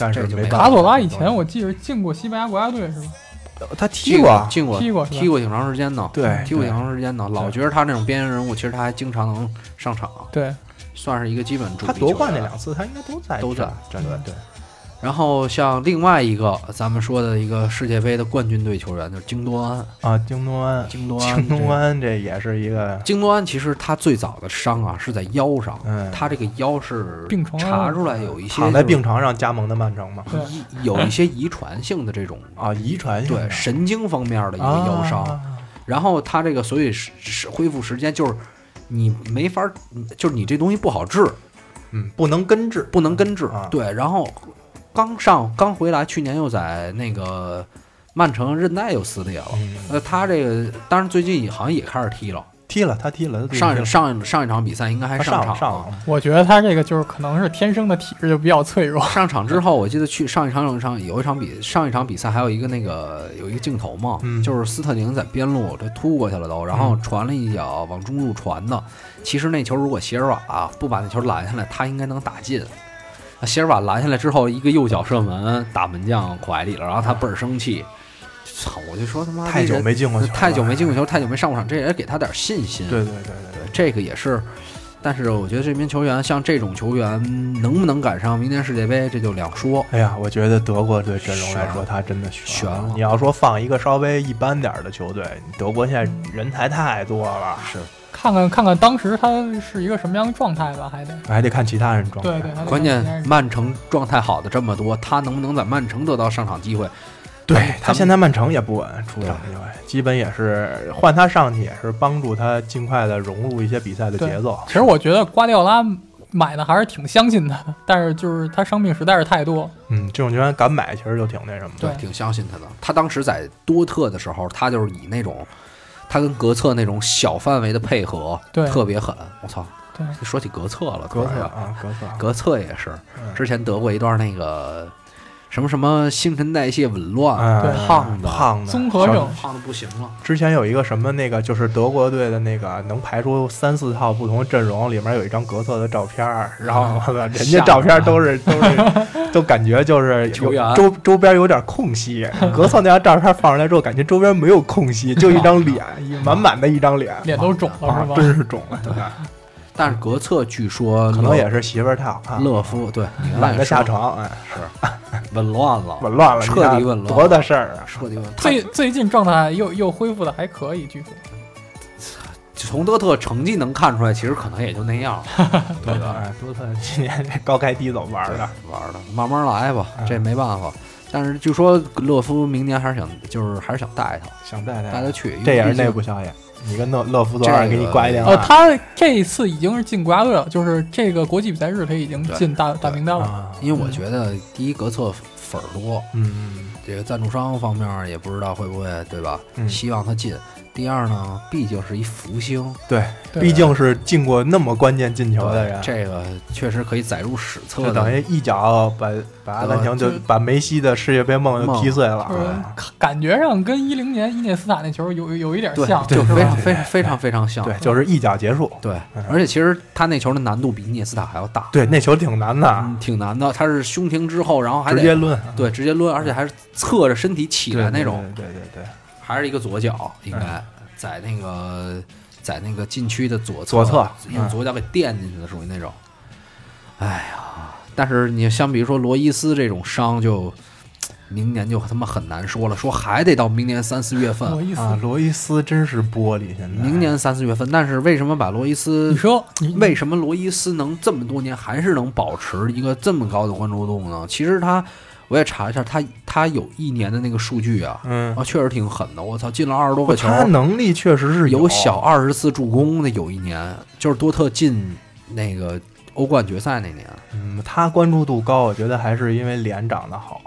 但是
这就没办
办
法
卡
法。
索拉以前我记得进过西班牙国家队是吧？
他踢过啊，
进过
踢过是吧
踢过挺长时间呢，
对
踢过
对
挺长时间呢。老觉得他那种边缘人物，其实他还经常能上场，
对，
算是一个基本主力
他夺冠
球
那
员
两次，他应该都在
都在
战队。对，
然后像另外一个咱们说的一个世界杯的冠军队球员就是京多安，
啊，京东安，
京多安，
京东，安这也是一个，
京多安其实他最早的伤啊是在腰上，
嗯，
他这个腰是
病床啊
查出来有一些
躺在
就是
病床上加盟的曼城嘛，
对
遗有一些遗传性的这种
啊，遗传性
对
的
神经方面的一个腰伤，
啊
然后他这个所以是是恢复时间就是你没法儿，就是你这东西不好治，
嗯，不能根治，
不能根治。
啊
对，然后刚上刚回来，去年又在那个曼城韧带又撕裂了。
嗯，
呃，他这个当然最近好像也开始踢了，
踢了他踢了，他
上
踢
一
了
上一上一场比赛应该还
他上
场
了
了
上了，
我觉得他这个就是可能是天生的体质就比较脆弱。
上场之后，我记得去上一场有一场有一场比上一场比赛还有一个那个有一个镜头嘛，
嗯
就是斯特宁在边路这突过去了都，然后传了一脚往中路传的。其实那球如果席尔瓦、啊不把那球拦下来，他应该能打进。那席尔瓦拦下来之后，一个右脚射门打门将怀里了，然后他倍儿生气。操！我就说他妈
太久没进过
这人
球了，哎
太久没进过球，太久没上过场，这也给他点信心。
对，对对对对，
这个也是。但是我觉得这名球员，像这种球员能不能赶上明年世界杯，这就两说。
哎呀，我觉得德国对阵容来
悬
说，
了
他真的
悬了
你要说放一个稍微一般点儿的球队，德国现在人才太多了，
是，
看看看看当时他是一个什么样的状态吧，还得
还得看其他人状态。
对对，还得看
关键
看
曼城状态好的这么多，他能不能在曼城得到上场机会？
对
咱们
他现在曼城也不稳，出场机会基本也是换他上去，也是帮助他尽快的融入一些比赛的节奏。
其实我觉得瓜迪奥拉买的还是挺相信他的，但是就是他伤病实在是太多。
嗯，这种球员敢买，其实就挺那什么的。
对
挺相信他的。他当时在多特的时候，他就是以那种他跟格策那种小范围的配合，
对
特别狠。我操！
对，
说起格策了，
格
突
策
然
啊，格策，
格策也是
嗯
之前得过一段那个什么什么新陈代谢紊乱，
嗯
对
胖的
胖的
综合症
小
胖的不行了。
之前有一个什么那个，就是德国队的那个能排出三四套不同的阵容，里面有一张格策的照片儿，然后 [laughs] 我操人家照片都是都是都感觉就是有
球员
周周边有点空隙，格策那张照片放出来之后，感觉周边没有空隙，就一张脸，一满满的一张脸，
脸都肿了
啊
是吧？
真是肿了，对吧
但是格策据说
可能也是媳妇儿太好看，
勒夫对你刚才
懒
也
得啊下
说
床，哎，
紊乱了，
紊乱了，
彻
你看
底紊乱
多大事儿啊！ [laughs]
彻底紊乱。他
最最近状态又又恢复的还可以，据说。
从德特成绩能看出来，其实可能也就那
[laughs]
样，对吧？
哎，多特今年这高开低走玩儿的，
玩儿的，慢慢来吧，
嗯
这没办法。但是据说勒夫明年还是想，就是还是想带他，
想带带
带他去，因为
这也是
毕竟
内部消息。你跟乐乐福昨晚给你挂一电话，
呃，他这一次已经是进国家队了，就是这个国际比赛日他已经进大大名单了。
啊，
因为我觉得第一格策粉儿多，
嗯
这个赞助商方面也不知道会不会对吧？
嗯，
希望他进。第二呢，毕竟是一福星，
对，
对
毕竟是进过那么关键进球的人，
这个确实可以载入史册
就
的
等。于一脚把把阿根廷就
就
把梅西的世界杯梦就踢碎了
就是
啊。
感呃感觉上跟一零年伊涅斯塔那球有有一点
对，
像，
就是非常
吧？
非常非常非常像。
对，就是一脚结束。
对
嗯，
而且其实他那球的难度比涅斯塔还要大，
对，那球挺难的，
嗯，挺难的。他是胸停之后，然后还
直接
得
抡，
对直接抡，而且还是侧着身体起
对
来那种，，
对对嗯对对对，
还是一个左脚，应该在那个在那个禁区的左
左侧
用
嗯
左脚给垫进去的，属于那种。哎呀，但是你相比说罗伊斯这种伤就。明年就他妈很难说了，说还得到明年三四月份
我，意思，
啊，罗伊斯真是玻璃，现在
明年三四月份。但是为什么把罗伊斯
你说你
为什么罗伊斯能这么多年还是能保持一个这么高的关注度呢？其实他，我也查了一下，他他有一年的那个数据啊，
嗯，
啊，确实挺狠的。我操，进了二十多个球，
他能力确实是
有小二十次助攻的。有一年就是多特进那个欧冠决赛那年，
嗯，他关注度高，我觉得还是因为脸长得好。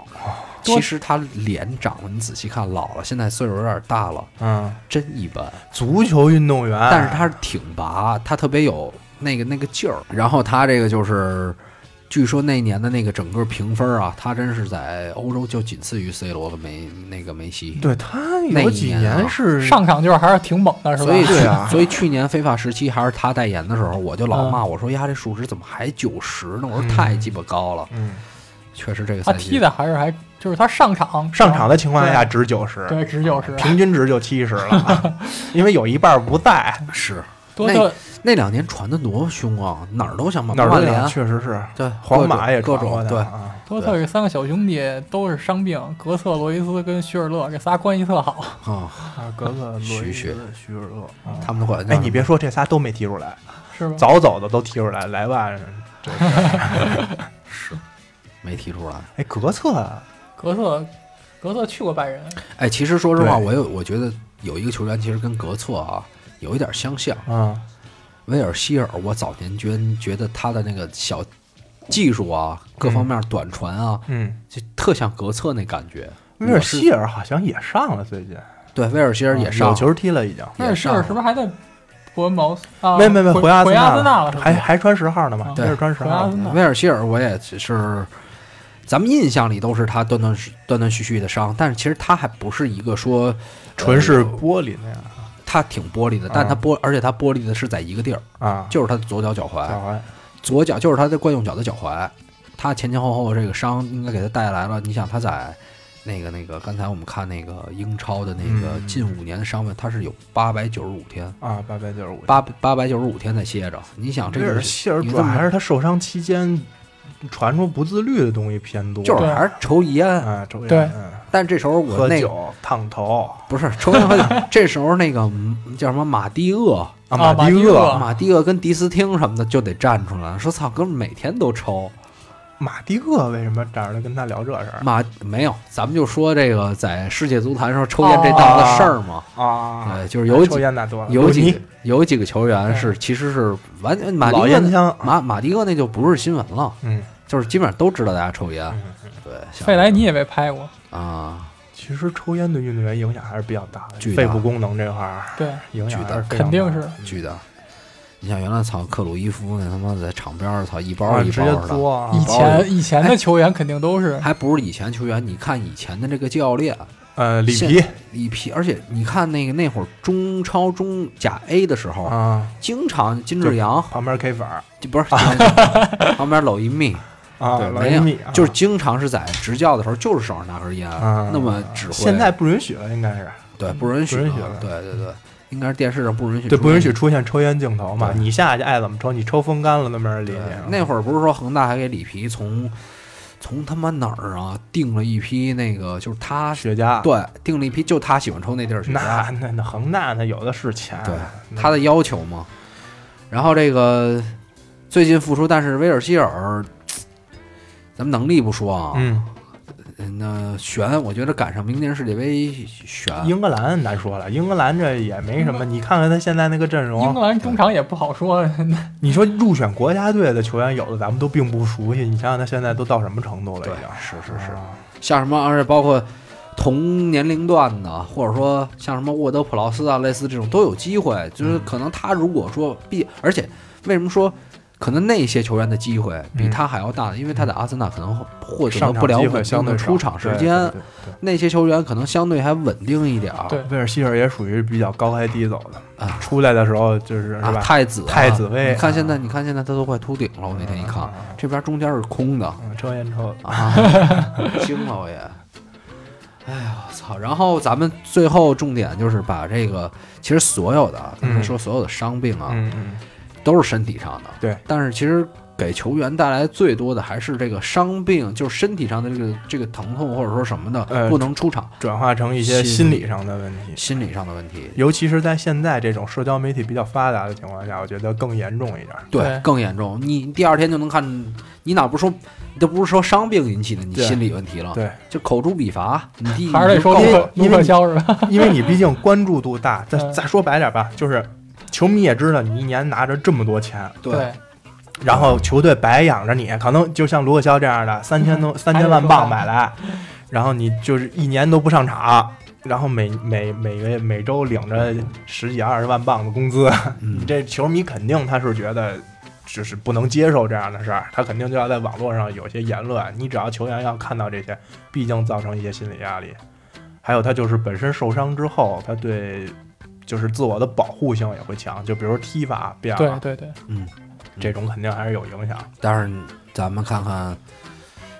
多
其实他脸长得你仔细看老了，现在岁数有点大了，
嗯，
真一般。
足球运动员，
但是他是挺拔，他特别有那个那个劲儿。然后他这个就是，据说那年的那个整个评分啊，他真是在欧洲就仅次于 C 罗跟梅那个梅西。
对他
那
有
一
几
年啊
是
上场就是还是挺猛的，是吧？
所以去，
对啊
所以去年非法时期还是他代言的时候，我就老
嗯
骂我说：“呀，这数值怎么还九十呢？我说
嗯
太鸡巴高了。
嗯，
确实这个
他
赛季
踢的还是还就是他上场
上场的情况下
对
值九十，
对值九十，
平均值就七十
[laughs]
了，因为有一半不在，
是
多
那
特
那两年传的多凶啊，哪儿都想把
哪儿
曼
都有
联
确实是，
对
皇马也
各
转过
种
他
对，
啊
多特这三个小兄弟都是伤病，格策、罗伊斯跟徐尔勒这仨关系特好。
啊，
啊，格格、罗
徐
伊
学
斯、徐尔勒。啊
他们都管。
哎，你别说，这仨都没踢出来，
是吧？
早走的都踢出来，莱万这是。
是没踢出来。
哎，格策啊，
格策，格策去过拜仁，
哎，其实说实话，
对
我有我觉得有一个球员其实跟格策啊有一点相像，
嗯，
威尔希尔。我早年觉觉得他的那个小技术啊，各方面短传啊，
嗯，
就特像格策那感觉。
威尔
我
希尔好像也上了，最近
是对威尔希尔也
嗯
上
有
了，
球踢了，已经。
威尔希尔是不是还在伯恩茅斯？啊，
没没没，
回
阿森
阿森
纳哎
纳了是吧
还还穿十号呢嘛
啊？
那是穿十
回阿
号
森。纳
威尔希尔我也只是，咱们印象里都是他断断续断断续续的伤，但是其实他还不是一个说
纯是嗯
呃
玻璃那样
他挺玻璃的，但他玻、而且他玻璃的是在一个地儿，
啊，
就是他的左脚脚
脚
踝，
踝
左脚就是他的惯用脚的脚踝，他前前后后这个伤应该给他带来了，你想他在。那个那个，刚才我们看那个英超的那个
嗯
近五年的伤病，他是有八百九十五天，
啊，八百九十五。
八八百九十五天在歇着。你啊想这
威
个
尔
是
希尔
你
主
这
要
么
还是他受伤期间传出不自律的东西偏多，
就是还是抽烟，
啊，周围
对
人
但这时候我
喝
那个
酒、烫头啊
不是抽烟喝酒，这时候那个嗯叫什么马蒂厄、
啊
啊
马
马
丁
丁
厄
厄
马蒂厄跟迪斯汀什么的就得站出来，说操，哥们儿每天都抽。
马蒂厄为什么找人跟他聊这事儿
马没有，咱们就说这个在世界足坛上抽烟这档子事儿嘛，
啊？
对，就是有
抽
几
烟那多了，
有几
你
个有几个球员是其实是完全马蒂
嗯老
厄
烟
那
枪，
马马蒂厄那就不是新闻了，
嗯，
就是基本上都知道大家抽烟。
嗯嗯
对，像
费莱尼也被拍过，
啊，
其实抽烟对运动员影响还是比较大的，
巨大
肺部功能这块儿
对，
影响还是非常大
肯定是
巨的。你像原来操克鲁伊夫那他妈在场边儿操一包
啊，
儿一
直
包
接
儿的，
作啊，
以
包括哎
前以前的球员肯定都是
还不是以前球员，你看以前的这个教练
呃，里
现
皮
里皮，而且你看那个那会儿中超中甲 A 的时候，
啊，
经常金志扬
旁边 K 粉儿
就
[laughs]
不是旁边搂一蜜，
啊，
对
老
没
一
有
米啊，
就是经常是在执教的时候就是手上拿根烟
啊，，
那么指挥。
现在不允许了，应该是
对不允许啊，
不允许了
对对对，应该是电视上不允许，
对，不允许。出现抽烟镜头嘛，
对
你下去爱怎么抽，你抽风干了都没人理
对
你啊。，
那会儿不是说恒大还给里皮从从他妈哪儿啊定了一批那个，就是他
雪茄，
对定了一批就他喜欢抽那地儿雪茄
那，那那恒大那有的是钱，
对
那
他的要求嘛。然后这个最近复出，但是威尔希尔，咱们能力不说啊，
嗯，
嗯那悬，我觉得赶上明年世界杯悬，
英格兰难说了，英格兰这也没什么，你看看他现在那个阵
英格
容，
兰中场也不好说，
嗯
你说入选国家队的球员有的咱们都并不熟悉，你想想他现在都到什么程度了已
对
经，，啊
是是
是
是，像什么，而且包括同年龄段的，或者说像什么沃德普劳斯啊，类似这种都有机会，
嗯
就是可能他如果说必，而且为什么说？可能那些球员的机会比
嗯
他还要大呢，因为他在阿森纳可能获得
上
不了
场机
稳
会
定
相
的
对
出
少
场时
对
间
对，对对
那些球员可能相对还稳定一点儿。
对
威尔希尔也属于比较高开低走的
啊，
出来的时候就是是
啊，
吧？
太子啊、
太子位
你看现在，你看现在他都快秃顶了。我那天一看，
嗯
这边中间是空的
嗯，抽烟抽的
啊， [laughs] 惊了我也。哎呀，我操！然后咱们最后重点就是把这个，其实所有的啊，咱们
嗯
说所有的伤病啊，
嗯嗯，
都是身体上的。
对，
但是其实给球员带来最多的还是这个伤病，就是身体上的这个这个疼痛或者说什么的、
呃
不能出场，
转化成一些
心
心
理
理上的问题，
心理上的问题。
尤其是在现在这种社交媒体比较发达的情况下，我觉得更严重一点。
对，
对
更严重。你第二天就能看，你哪不说，你都不是说伤病引起的，你
对
心理问题了，
对，
就口诛笔伐。
[laughs]
你第
还是得说
你
卢
就
克
因为
卢克肖是吧？
因为你毕竟关注度大，再
嗯
再说白点吧，就是球迷也知道你一年拿着这么多钱，
对对，
然后球队白养着你，可能就像卢克肖这样的三千多三千万镑买来，然后你就是一年都不上场，然后每每每个月每周领着十几二十万镑的工资，你
嗯，
这球迷肯定他是觉得。就是不能接受这样的事儿，他肯定就要在网络上有些言论。你只要球员要看到这些，毕竟造成一些心理压力。还有他就是本身受伤之后，他对就是自我的保护性也会强，就比如踢法变
啊
对
了，
对对，
这种肯定还是有影响。
但是咱们看看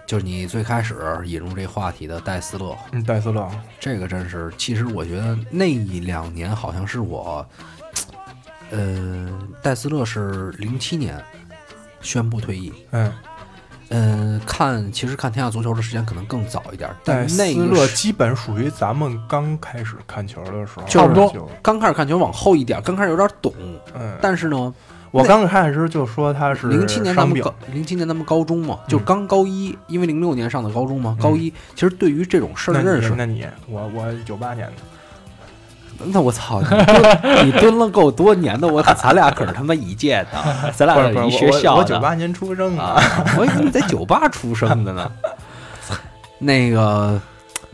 就是你最开始引入这话题的戴斯勒，
嗯，戴斯勒，
这个真是，其实我觉得那一两年好像是我，呃，戴斯勒是零七年宣布退役。
嗯，
嗯、看其实看天下足球的时间可能更早一点，但
戴斯
那
勒
个时
基本属于咱们刚开始看球的时候，
就是差不
多
就
刚开始看球往后一点，刚开始有点懂，
嗯，
但是呢，
我刚开始就说他是
零七年咱
伤
们
病
高，零七年咱们高中嘛，就
嗯
刚高一，因为零六年上的高中嘛，
嗯
高一其实对于这种事儿
那
的
你
认识，
那你我我九八年
[laughs]
的，
那我操，你蹲你蹲了够多年的，我咱俩可是他妈一届的，咱俩
不是
是
不
一
是
学
我我
校
我
的
九八年出生
啊，我以为你在酒吧出生的呢。那个，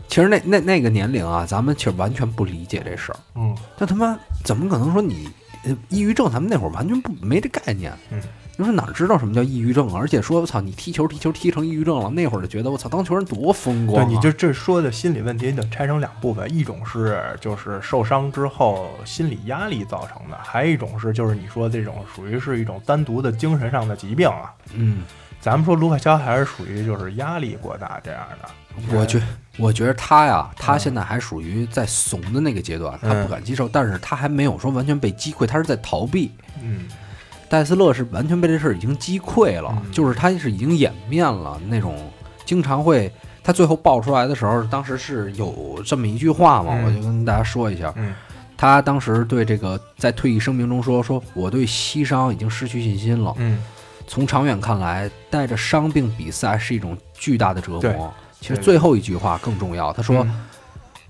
其实那那那个年龄啊，咱们其实完全不理解这事儿。
嗯，
那他妈怎么可能说你呃抑郁症？咱们那会儿完全不没这概念。
嗯，
你说哪知道什么叫抑郁症啊？而且说我操，你踢球踢球踢成抑郁症了，那会儿就觉得我操，当球人多风光、
对，
啊。
你就这说的心理问题，你得拆成两部分，一种是就是受伤之后心理压力造成的，还有一种是就是你说这种属于是一种单独的精神上的疾病啊。
嗯，
咱们说卢卡肖还是属于就是压力过大这样的，
我觉我觉得他呀，他
嗯
现在还属于在怂的那个阶段，他
嗯
不敢接受，但是他还没有说完全被击溃，他是在逃避。
嗯
戴斯勒是完全被这事儿已经击溃了，
嗯
就是他是已经演变了那种经常会，他最后爆出来的时候，当时是有这么一句话嘛，
嗯
我就跟大家说一下，
嗯
他当时对这个在退役声明中说：“说我对膝伤已经失去信心了，
嗯，
从长远看来，带着伤病比赛是一种巨大的折
对
磨。”其实
对
最后一句话更重要，他说
嗯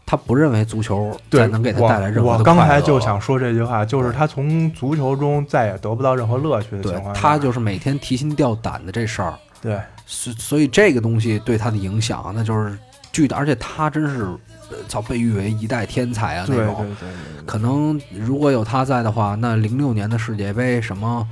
他不认为足球
对
再能给他带来任
我
何的快乐
我
啊
刚
了。
才就想说这句话，就是他从足球中再也得不到任何乐趣的
对
情况下，
他就是每天提心吊胆的这事儿，
对
所所以这个东西对他的影响那就是巨大，而且他真是，呃操，被誉为一代天才啊
对
那
对
种。
对对
可能如果有他在的话，那零六年的世界杯什么，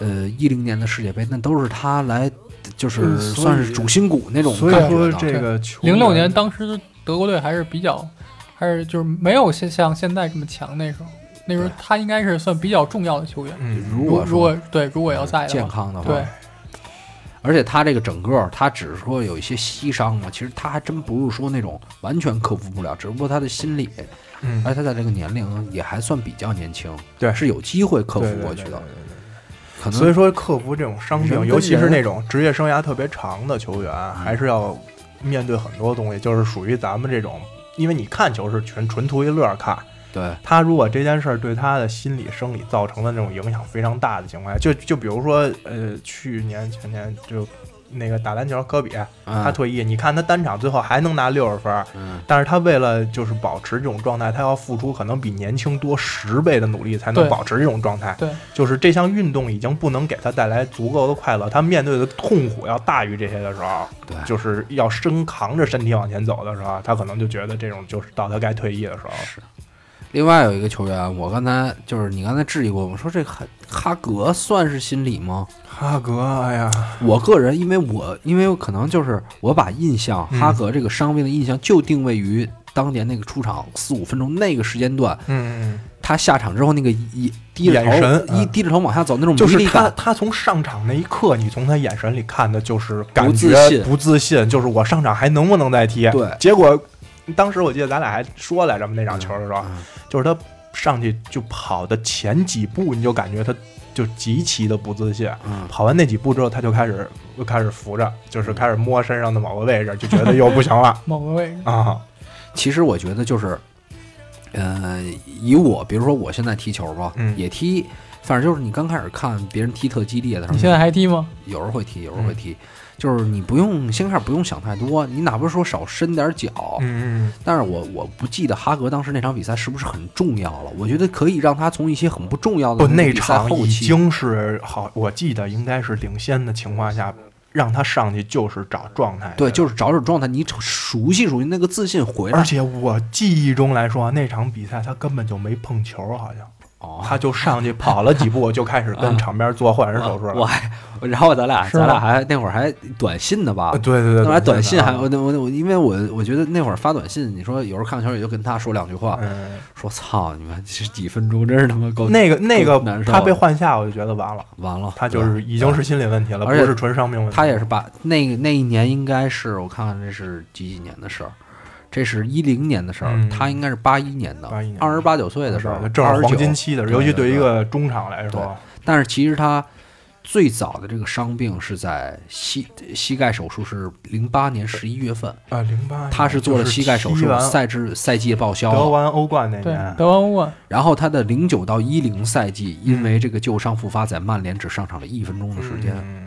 呃，一零年的世界杯，那都是他来，就是
嗯所以
算是主心骨那
对，
种
所
感
以
觉啊
说
呢。
这个球员
零六年当时德国队还是比较，还是就是没有像像现在这么强。那时候，那时候他应该是算比较重要的球员。
嗯
如
如
果
如
说
果对，如果要在的
健
话，
康的话，
对，
而且他这个整个，他只是说有一些膝伤嘛，其实他还真不是说那种完全克服不了，只不过他的心理，哎
嗯
而且他在这个年龄也还算比较年轻，
对
是有机会克
对
服
对
过去
对对
的
对。对
可能
所以说，克服这种伤
人
病，
跟
尤其是
人嗯
那种职业生涯特别长的球员，还是要面对很多东西，就是属于咱们这种，因为你看球是纯纯图一乐儿看，
对，
他如果这件事儿对他的心理生理造成的那种影响非常大的情况下，就就比如说，呃，去年前年就那个打篮球科比，他
嗯
退役，你看他单场最后还能拿六十分儿，
嗯，
但是他为了就是保持这种状态，他要付出可能比年轻多十倍的努力才能
对
保持这种状态。
对，
就是这项运动已经不能给他带来足够的快乐，他面对的痛苦要大于这些的时候，
对，
就是要生扛着身体往前走的时候，他可能就觉得这种就是到他该退役的时候。
是。另外有一个球员，我刚才就是你刚才质疑过我，说这哈哈格算是心理吗？
哈格，哎呀，
我个人，因为我因为可能就是我把印象
嗯
哈格这个伤病的印象就定位于当年那个出场四五分钟那个时间段，
嗯，
他下场之后那个一低着头
眼神
一
嗯
低着头往下走那种
就
无
是
力
他，
感，
他从上场那一刻，你从他眼神里看的就是感觉
不自信
不自信，就是我上场还能不能再踢？
对
结果当时我记得咱俩还说来着嘛，那场球的时候，
嗯
就是他上去就跑的前几步，你就感觉他就极其的不自信。
嗯，
跑完那几步之后，他就开始又开始扶着，就是开始摸身上的某个位置，就觉得又不行了 [laughs]
某个位置，
嗯哦
啊。
其实我觉得就是，呃，以我比如说我现在踢球吧，
嗯
也踢，反正就是你刚开始看别人踢特激烈的时候，
嗯
你现在还踢吗？
有时候会踢，有时候会踢，就是你不用先开始不用想太多，你哪怕说少伸点脚，
嗯
但是我我不记得哈格当时那场比赛是不是很重要了，我觉得可以让他从一些很不重要的
不，那
比赛
场
嗯后
已
期，
经是好，我记得应该是领先的情况下，让他上去就是找状态。
对，就是找找状态，你熟悉熟悉那个自信回
而
来，
啊且我记忆中来说，那场比赛他根本就没碰球，好像
哦，嗯
他就上去跑了几步，就开始跟场边做换人手术
我
了。
还，然后咱俩
是吧
咱俩还那会儿还短信呢吧
啊，？对对对，
那会儿还短
对
信还
啊
我我我，因为我我觉得那会儿发短信，你说有时候看小雨就跟他说两句话，
嗯，
说操你们这几分钟真是他妈够
那个那
够
个
哦难受
他被换下，我就觉得完了，
完了，
他就是已经是心理问题了，不
而且
是纯伤病问题。
他也是把那个那一年应该是我看看这是几几年的事儿，这是一零年的事儿，
嗯
他应该是八一年的，
81年
二十八九岁的时
是吧
候，
正是黄金
29
期的时
对
候，尤其
对
对一
对
个中场来说，
但是其实他最早的这个伤病是在膝膝盖手术是零八年十一月份，
啊，零八
他是做了膝盖手术，
完
赛制赛季报销
得
了。
完欧冠那
对
年，，
德文沃
然后他的零九到一零赛季，因
嗯
为这个旧伤复发，在曼联只上场了一分钟的时间。
嗯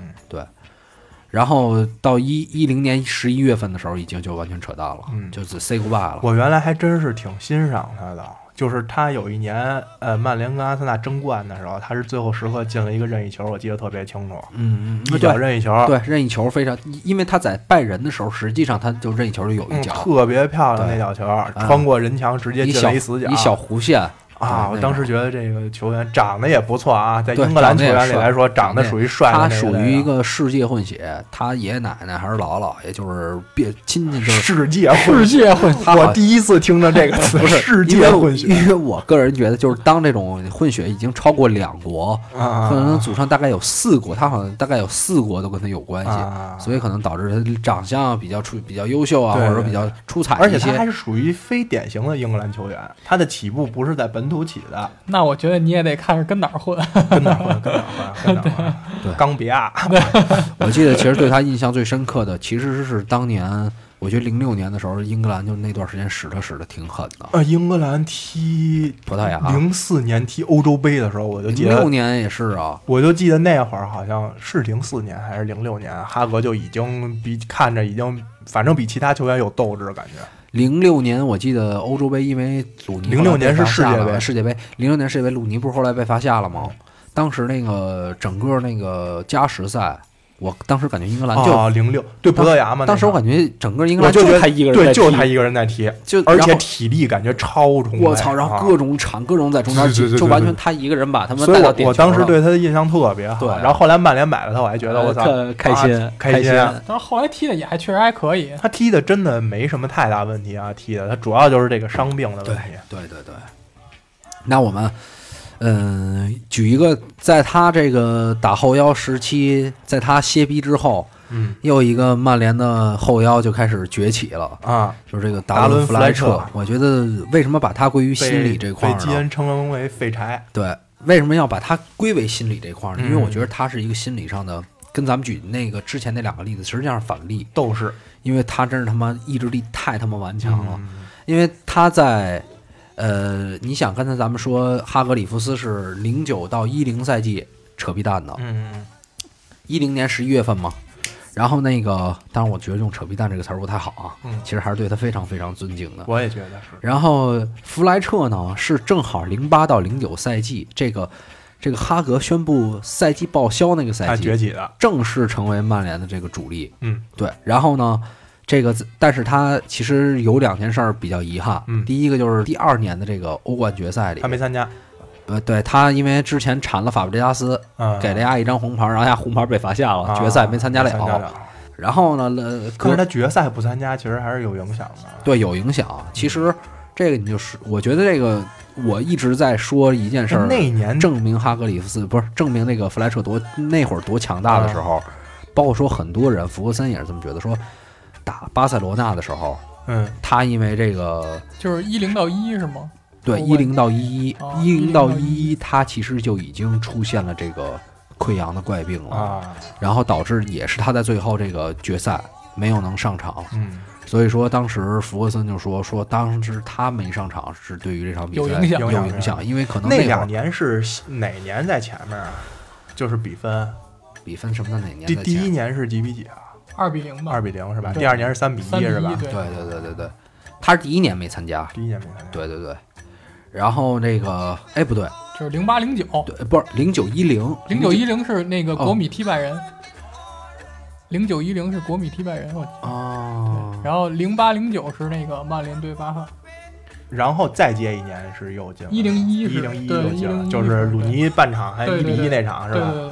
然后到一一零年十一月份的时候，已经就完全扯淡了，
嗯
就是 say goodbye 了。
我原来还真是挺欣赏他的，就是他有一年，呃，曼联跟阿森纳争冠的时候，他是最后时刻进了一个任意球，我记得特别清楚，
嗯嗯，
一
嗯
脚
对
任意球，
对，任意球非常，因为他在拜仁的时候，实际上他就任意球就有
嗯，
一脚，啊
特别漂亮那脚球，穿过人墙直接
一
进
小
了一死角，
一小弧线
啊！
嗯
我
那
当
种
时觉得这个球员长得也不错啊，在
对
英格兰
长
球
得也
员里
帅
来说，长
长
得
得
属于帅的那啊
他
类的，
属于一个世界混血，他爷爷奶奶还是姥姥，也就是别亲戚就是。
世界混
世
血。
界混
他好
我第一次听着这个 [laughs] 词，
[laughs] 不是
世
因为
界
我
混血
因为我个人觉得，就是当这种混血已经超过两国，
啊
可能祖上大概有四国，他好像大概有四国都跟他有关系，
啊
所以可能导致他长相比较出比较优秀啊，
对
或者说
对
比较出彩
而且
一
他还
些。
是属于非典型的英格兰球员，他的起步不是在本土起
[laughs]
的，
[laughs] 那我觉得你也得看是跟哪儿混。 [laughs]
跟哪儿混跟哪儿混跟啊哪儿
[laughs] 对
混，冈比亚，
我记得其实对他印象最深刻的，其实是当年我觉得零六年的时候，英格兰就那段时间使他使的挺狠的。
呃，英格兰踢
葡萄牙
零四年踢欧洲杯的时候，我就记
零六
得，
年也是啊，
我就记得那会儿好像是零四年还是零六年，哈格就已经比看着已经，反正比其他球员有斗志，感觉
零六年我记得欧洲杯，因为鲁尼
06年是
世
世界杯嗯
世界杯零六年世界杯，鲁尼不是后来被罚下了吗？当时那个整个那个加时赛，我当时感觉英格兰就、
啊，零六对葡萄牙嘛，
当时我
那
感觉整个英
会
格
儿
兰
我就觉得
他一个人在
对，就
踢
他一个人在踢，
就
而且
然后
体力感觉超充沛，
我操，然后
啊
各种铲，各种在中间
对对对
挤，
对
就完全
对
他一个人把他们
所以
带到
我
点
我
球
当时
了
对他的印象特别好。
对
然后后来曼联买了他，我还觉得
呃
我操，
特开
啊
心
开
开
心啊。
但是后来踢的也还确实还可以，
他踢的真的没什么太大问题啊，踢的他主要就是这个伤病的问题。
对对对，那我们。嗯，举一个，在他这个打后腰时期，在他歇逼之后，
嗯
又一个曼联的后腰就开始崛起了，
啊，
就是这个
达
达
伦
伦
弗
弗
莱
莱
彻
彻。我觉得为什么把他归于心
被
理这块
被
儿啊
基
呢？
恩称为废柴。
对，为什么要把它归为心理这块儿呢？因为
嗯
我觉得他是一个心理上的，跟咱们举那个之前那两个例子实际上是反例，
斗士
因为他真是他妈意志力太他妈顽强了，
嗯
因为他在。呃，你想刚才咱们说哈格里夫斯是零九到一零赛季扯逼蛋的，
嗯，
一零年十一月份嘛，然后那个，当然我觉得用“扯皮蛋”这个词儿不太好啊，
嗯
其实还是对他非常非常尊敬的。
我也觉得是。
然后弗莱彻呢，是正好零八到零九赛季，这个这个哈格宣布赛季报销那个
他
赛
崛
季，
起的，
正式成为曼联的这个主力。
嗯
对，然后呢，这个但是他其实有两件事儿比较遗憾，
嗯
第一个就是第二年的这个欧冠决赛里
他，没参加，
呃，对他因为之前缠了法布雷加斯，
嗯，
给了他一张红牌，然后他红牌被罚下了，
啊
决赛没参加
没
了。
参加了。
然后呢，呃，
可
可
是他决赛不参加，其实还是有影响的。
对有影响。啊其实这个你就是，我觉得这个我一直在说一件事儿，
那年
证明哈格里夫斯不是证明那个弗莱彻多那会儿多强大的
啊
时候，包括说很多人，弗格森也是这么觉得，说打巴塞罗那的时候，
嗯
他因为这个
就是一零到一是吗？
对
欧
一
冠
零到一一
哦
一零
10到
到一一，他其实就已经出现了这个溃疡的怪病了，
啊
然后导致也是他在最后这个决赛没有能上场。
嗯，
所以说，当时福格森就说说，当时他没上场是对于这场比赛
有影响
有
有影
影
响
响，因为可能
那
会儿
两年是哪年在前面啊？就是比分，
比分什么的哪年
第
在
第一
前
年是几比几啊？
二比零吧，
二比零是吧？
对
第二年是三比
三
一
比
是吧？
对
对对对对对，他是第一年没参加，
第一年没参加。
对对对。然后那个，哎，不对，
就是零八零九，
对，不是零九一零，
零九一零是那个
哦
国米踢拜仁，零九一零是国米踢拜仁，我
哦，
然后零八零九是那个曼联对巴萨，
然后再接一年是又进了
101
一
是
零一
对
又进了，
101
就是鲁尼半场还
对
一
对
比一
对
那场是
对对
吧？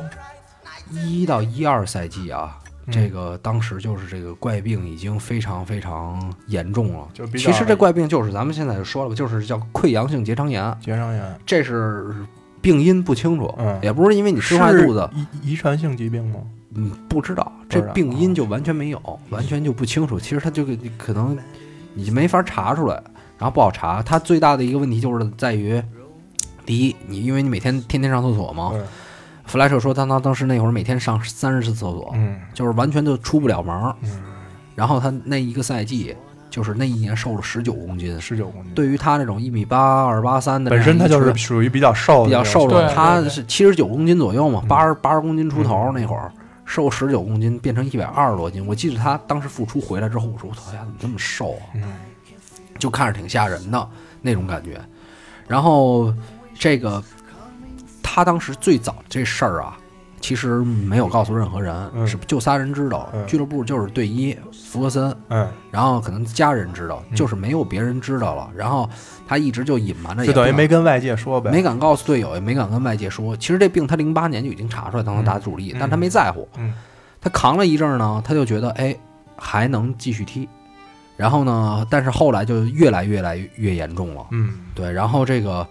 对，
一到一二赛季啊，
嗯
这个当时就是这个怪病已经非常非常严重了。
就比较
其实这怪病就是咱们现在就说了吧，就是叫溃疡性结肠炎，
绝伤员
这是病因不清楚，
嗯
也不是因为你吃坏
是
肚子，
遗遗传性疾病吗？
嗯，不知道
知
这
道嗯
病因就完全没有，完全就不清楚。其实它就个可能你就没法查出来，然后不好查。它最大的一个问题就是在于，第一，你因为你每天天天上厕所嘛，
嗯
弗莱彻说他当当时那会儿每天上三十次厕所，
嗯
就是完全就出不了门儿。
嗯，
然后他那一个赛季，就是那一年瘦了十九公斤。
十九公斤。，
对于他这种一米八二八三的这
本
样
身
一
他
个
就
球
是
员
属于比较瘦的，
比较瘦
对
了，
对
他
对
是七十九公斤左右嘛，
嗯
八十八十公斤出头
嗯
那会儿，瘦十九公斤变成一百二十多斤。我记得他当时复出回来之后，我说我操呀，怎么这么瘦啊？
嗯
就看着挺吓人的那种感觉。然后这个他当时最早这事儿啊，其实没有告诉任何人，
嗯
是就仨人知道
嗯，
俱乐部就是队医福格森，
嗯，
然后可能家人知道，
嗯
就是没有别人知道了。然后他一直就隐瞒着，
就
也不
等于
敢
没跟外界说呗。
没敢告诉队友，也没敢跟外界说。其实这病他零八年就已经查出来，当他打主力，
嗯
但他没在乎。
嗯
他扛了一阵儿呢，他就觉得哎还能继续踢，然后呢，但是后来就越来越来越严重了。
嗯，
对，然后这个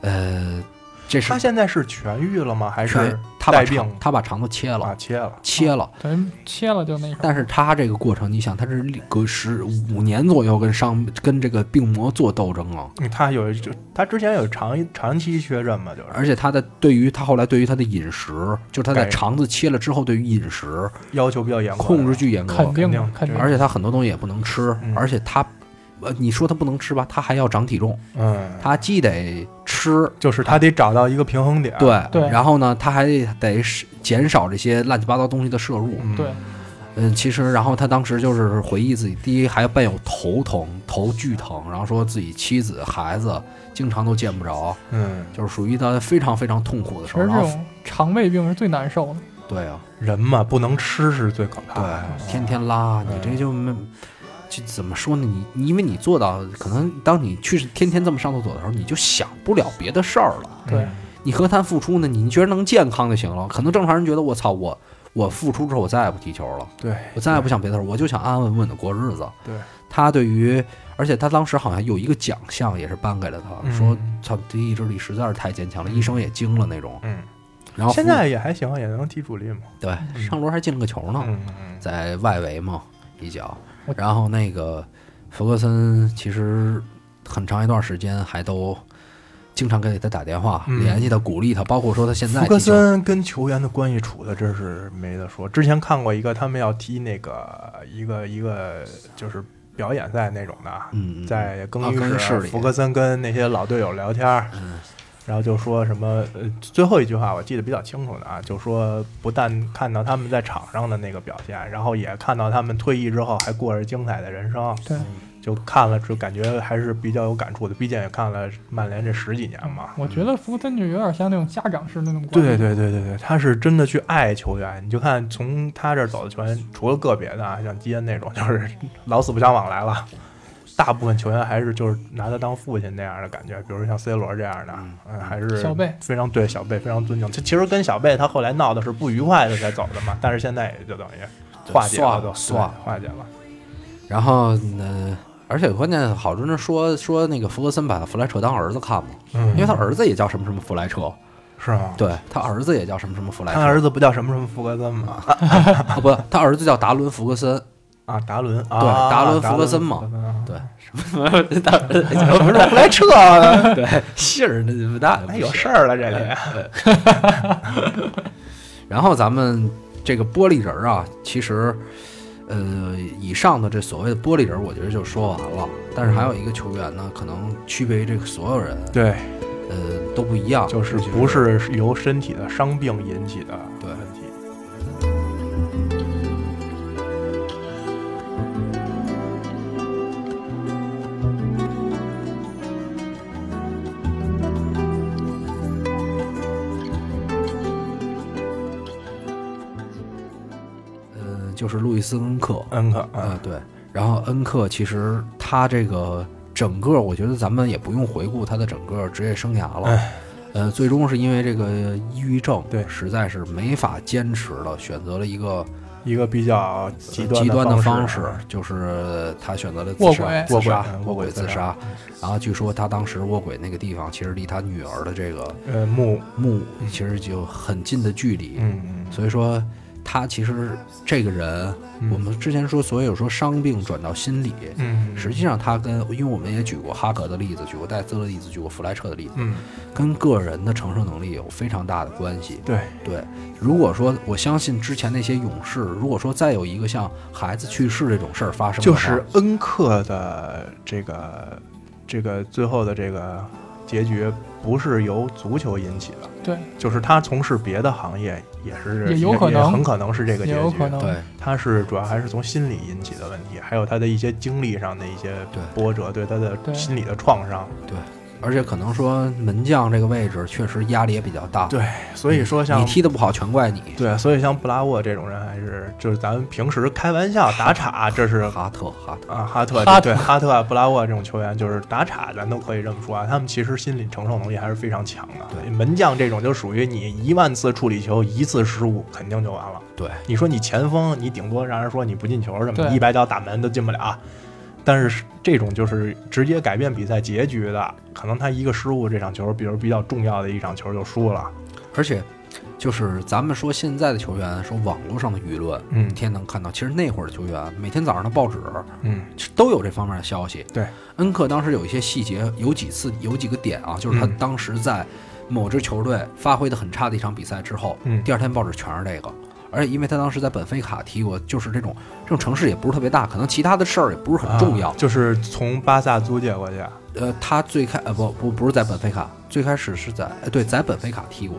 呃，这是
他现在是痊愈了吗？还
全
是
他把
带病
肠他把肠子切了，
啊切了？
切了。
等于切了就那什么。
但是他这个过程，你想，他是隔十五年左右跟伤跟这个病魔做斗争啊，
嗯他有就他之前有长长期缺阵嘛，就是
而且他的对于他后来对于他的饮食，就是他在
对
肠子切了之后，对于饮食
要求比较严格，
控制巨严格，
肯定
肯定
肯定，
而且他很多东西也不能吃，
嗯
而且他，呃，你说他不能吃吧，他还要长体重，
嗯，
他既得吃，
就是他得找到一个平衡点。，
对，
对
然后呢，他还得是减少这些乱七八糟东西的摄入，
嗯
对，
嗯，其实，然后他当时就是回忆自己，第一还伴有头疼，头巨疼，然后说自己妻子、孩子经常都见不着，
嗯，
就是属于他非常非常痛苦的时
其
候，
实这
然后
种肠胃病是最难受
嗯
的。
对啊，
人嘛，不能吃是最可怕的。
对，天天拉，你这就没，就怎么说呢？你你因为你做到，可能当你去天天这么上厕所的时候，你就想不了别的事儿了。
嗯
对，
你何谈付出呢？你觉得能健康就行了。可能正常人觉得我操我。我付出之后，我再也不踢球了，
对，
我再也不想别的事儿，我就想安安稳稳的过日子。
对，
他对于，而且他当时好像有一个奖项也是颁给了他，
嗯
说操，第一志力实在是太坚强了，医生也惊了那种。
嗯，
然后哦
现在也还行，也能踢主力嘛。
对上轮还进了个球呢，
嗯嗯
在外围嘛一脚
我，
然后那个弗格森其实很长一段时间还都经常给他打电话、
嗯
联系他、鼓励他，包括说他现在
福格
踢球
森跟球员的关系处的真是没得说。之前看过一个，他们要踢那个一个一个就是表演赛那种的，
嗯，嗯
在更
啊更
衣
衣室里
福格森跟那些老队友聊天儿，
嗯
然后就说什么，呃，最后一句话我记得比较清楚的啊，就说不但看到他们在场上的那个表现，然后也看到他们退役之后还过着精彩的人生，
对，
就看了就感觉还是比较有感触的，毕竟也看了曼联这十几年嘛。
我觉得福森就有点像那种家长式那种关
哎对
系。
对对对对，他是真的去爱球员。你就看从他这儿走的球员，除了个别的啊，像基恩那种，就是 [laughs] 老死不相往来了。大部分球员还是就是拿他当父亲那样的感觉，比如像 C 罗这样的，
嗯
嗯，还是
小贝
非常对小贝非常尊敬。他其实跟小贝他后来闹的是不愉快的才走的嘛，但是现在也就等于化解
算
了
了
都，
算了
对化解了。
嗯然后呢，而且关键好多人说说那个弗格森把弗莱彻当儿子看嘛，
嗯，
因为他儿子也叫什么什么弗莱彻，
是吗？
对他儿子也叫什么什么弗莱
他
彻，
儿子不叫什么什么福格森吗？
啊不，他儿子叫达伦弗格
[laughs]
森，
啊，达伦啊，
对达伦
达
福格森嘛
福格森啊
对达伦 [laughs]
怎么是弗莱彻啊？
对姓儿那不大，
哎，有事儿了这
呃
里。
然后咱们这个玻璃人儿啊，其实，呃，以上的这所谓的玻璃人，儿，我觉得就说完了。但是还有一个球员呢，可能区别于这个所有人，
对，
呃，都不一样，
就是不是由身体的伤病引起的
对
问题。
呃，就是路易斯恩克，
恩克，
呃，
嗯，
呃
啊
嗯啊对。然后恩克其实他这个整个我觉得咱们也不用回顾他的整个职业生涯了
哎。
呃，最终是因为这个抑郁症，
对
实在是没法坚持了，选择了一个
一个比较极
极
端
端的方
式
式，就是他选择了自
卧
杀
轨
自杀
卧轨嗯
卧
卧轨
轨自
自
杀。然后据说他当时卧轨那个地方，其实离他女儿的这个
呃木，
墓其实就很近的距离。
嗯
所以说，他其实这个人，
嗯，
我们之前说，所有说伤病转到心理，
嗯
实际上他跟，因为我们也举过哈格的例子，举过戴兹的例子，举过弗莱彻的例子，
嗯
跟个人的承受能力有非常大的关系。
对
对，如果说我相信之前那些勇士，如果说再有一个像孩子去世这种事儿发生的
就
话，
是恩克的这个这个最后的这个结局不是由足球引起的，
对，
就是他从事别的行业也是
也有可能
很可能是这个结
也有可
局。
能。
对，
他是主要还是从心理引起的问题，还有他的一些经历上的一些
对
波折，对他的
对
心理的创伤。
而且可能说门将这个位置确实压力也比较大，
对，所以说像
啊你踢的不好全怪你。
对，所以像布拉沃这种人，还是就是咱们平时开玩笑打岔，这是
哈特，哈特，
啊，哈特
哈特
对哈特啊、布拉沃这种球员，就是打岔，咱都可以这么说啊。他们其实心理承受能力还是非常强的。
对
门将这种就属于你一万次处理球一次失误，肯定就完了。
对，
你说你前锋，你顶多让人说你不进球什么，
对
一百脚打门都进不了。啊但是这种就是直接改变比赛结局的，可能他一个失误，这场球，比如比较重要的一场球就输了。
而且就是咱们说现在的球员，说网络上的舆论，
嗯
每天能看到，其实那会儿的球员每天早上的报纸
嗯，
都有这方面的消息。
对，
恩克当时有一些细节，有几次有几个点啊，就是他
嗯
当时在某支球队发挥的很差的一场比赛之后，
嗯
第二天报纸全是这个。而且，因为他当时在本菲卡踢过，就是这种这种城市也不是特别大，可能其他的事儿也不是很重要。
啊就是从巴萨租借过去。啊
呃，他最开呃不不不是在本菲卡，最开始是在呃对在本菲卡踢过，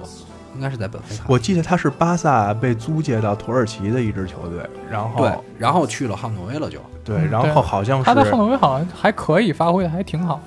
应该是在本菲卡。
我记得他是巴萨被租借到土耳其的一支球队，然后
对，然后去了汉诺威了就。
对，
嗯
然后
对
好像是
他在后面威好像还可以，发挥的还挺好。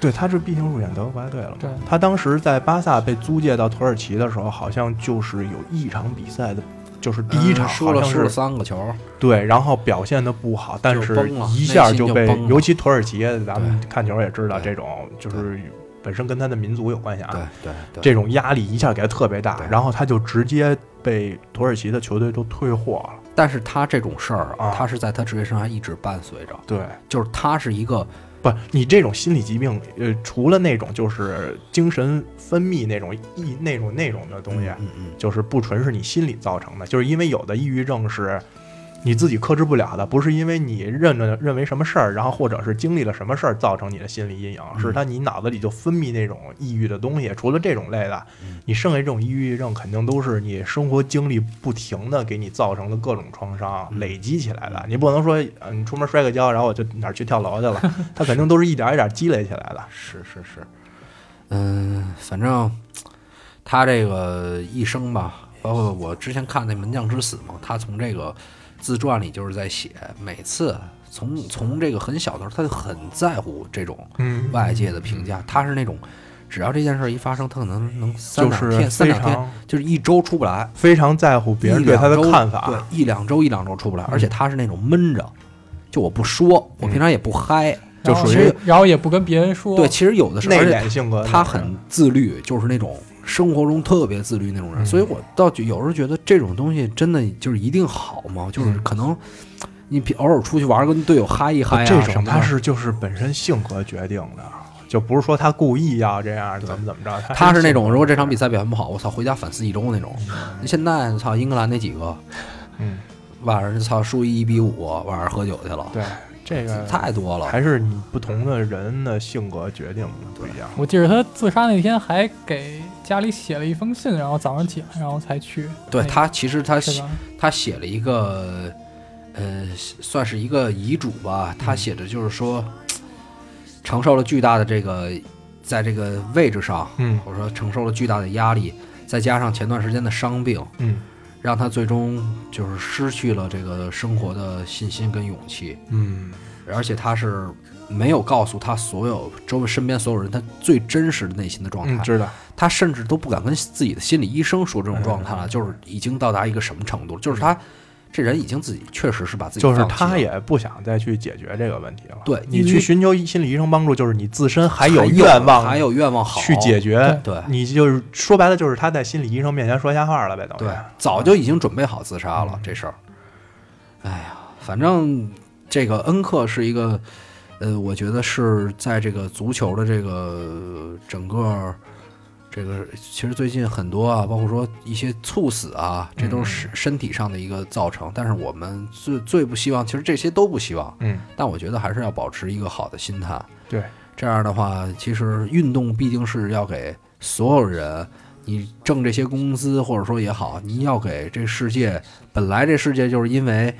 对，他是毕竟入选德国国家队了嘛。
对
他当时在巴萨被租借到土耳其的时候，好像就是有一场比赛的，就是第一场
嗯输了
好像
输了
是
三个球，
对，然后表现的不好，但
就是崩了
一
内
下
心就
被
崩，了
尤其土耳其，咱们看球也知道，
对
这种就是本身跟他的民族有关系
对
啊，
对对，
这种压力一下给他特别大
对，
然后他就直接被土耳其的球队都退货了。
但是他这种事儿
啊
他是在他职业生涯一直伴随着，
对，
就是他是一个
不，你这种心理疾病，呃，除了那种就是精神分泌那种抑那种那种的东西，
嗯嗯
就是不纯是你心理造成的，就是因为有的抑郁症是你自己克制不了的，不是因为你认着认为什么事儿，然后或者是经历了什么事儿造成你的心理阴影，
嗯
是它你脑子里就分泌那种抑郁的东西。除了这种类的
嗯，
你剩下这种抑郁症肯定都是你生活经历不停的给你造成的各种创伤
嗯
累积起来的。你不能说，呃你出门摔个跤，然后我就哪儿去跳楼去
[laughs]
了，它肯定都是一点儿一点儿积累起来的。
是是是，嗯，反正他这个一生吧，包括我之前看那《门将之死》嘛，他从这个自传里就是在写，每次从从这个很小的时候，他就很在乎这种
嗯
外界的评价，他是那种只要这件事儿一发生，他可能能三
就
两
是
天、三
非
两天，
常
就是一周出不来。
非常在乎别人对他的
一两周
看法。啊
对，一两周一两周出不来，而且
嗯
他是那种闷着，就我不说，我平常也不嗨，
嗯就
然后
属于
其实然后也不跟别人说。
对，其实有的时候，
内
而且
敛性格的那种人，
他很自律，就是那种生活中特别自律那种人。
嗯
所以我倒觉有时候觉得这种东西真的就是一定好吗？就是
嗯
可能你偶尔出去玩，跟队友嗨一嗨啊
这
什
种
么
他
的。
是就是本身性格决定的，就不是说他故意要这样怎么怎么着。
他是那种，
性格
如果这场比赛表现不好，我操，回家反思一周那种。现在操，英格兰那几个
嗯，
晚上操输一比五，晚上喝酒去了，
对，这个
太多了。
还是你不同的人的性格决定的不一样。
我记得他自杀那天还给家里写了一封信，然后早上起来，然后才去。
对
那个
他，其实他
是吧？
他写了一个，呃，算是一个遗嘱吧。他写的就是说，承受了巨大的这个，在这个位置上，
嗯
或者说承受了巨大的压力，再加上前段时间的伤病，
嗯
让他最终就是失去了这个生活的信心跟勇气。
嗯，
而且他是没有告诉他所有周围身边所有人他最真实的内心的状
嗯，
态，
知道。
他甚
嗯
至都不敢跟自己的心理医生说这种状态了，就是已经到达一个什么程度了，就是他这人已经自己确实是把自己
就是
放弃
他
了
也不想再去解决这个问题了。
对
你
因为
去寻求心理医生帮助，就是你自身
还
还有愿望
还有愿望好
去解决，
对
你就是说白了就是他在心理医生面前说瞎话了呗，等于
对，早就已经准备好自杀了这事儿。哎呀，反正这个恩克是一个，呃，我觉得是在这个足球的这个整个这个，其实最近很多啊，包括说一些猝死啊，这都是身体上的一个造成。但是我们最最不希望，其实这些都不希望，
嗯，
但我觉得还是要保持一个好的心态。
对，
这样的话，其实运动毕竟是要给所有人，你挣这些工资或者说也好，你要给这世界，本来这世界就是因为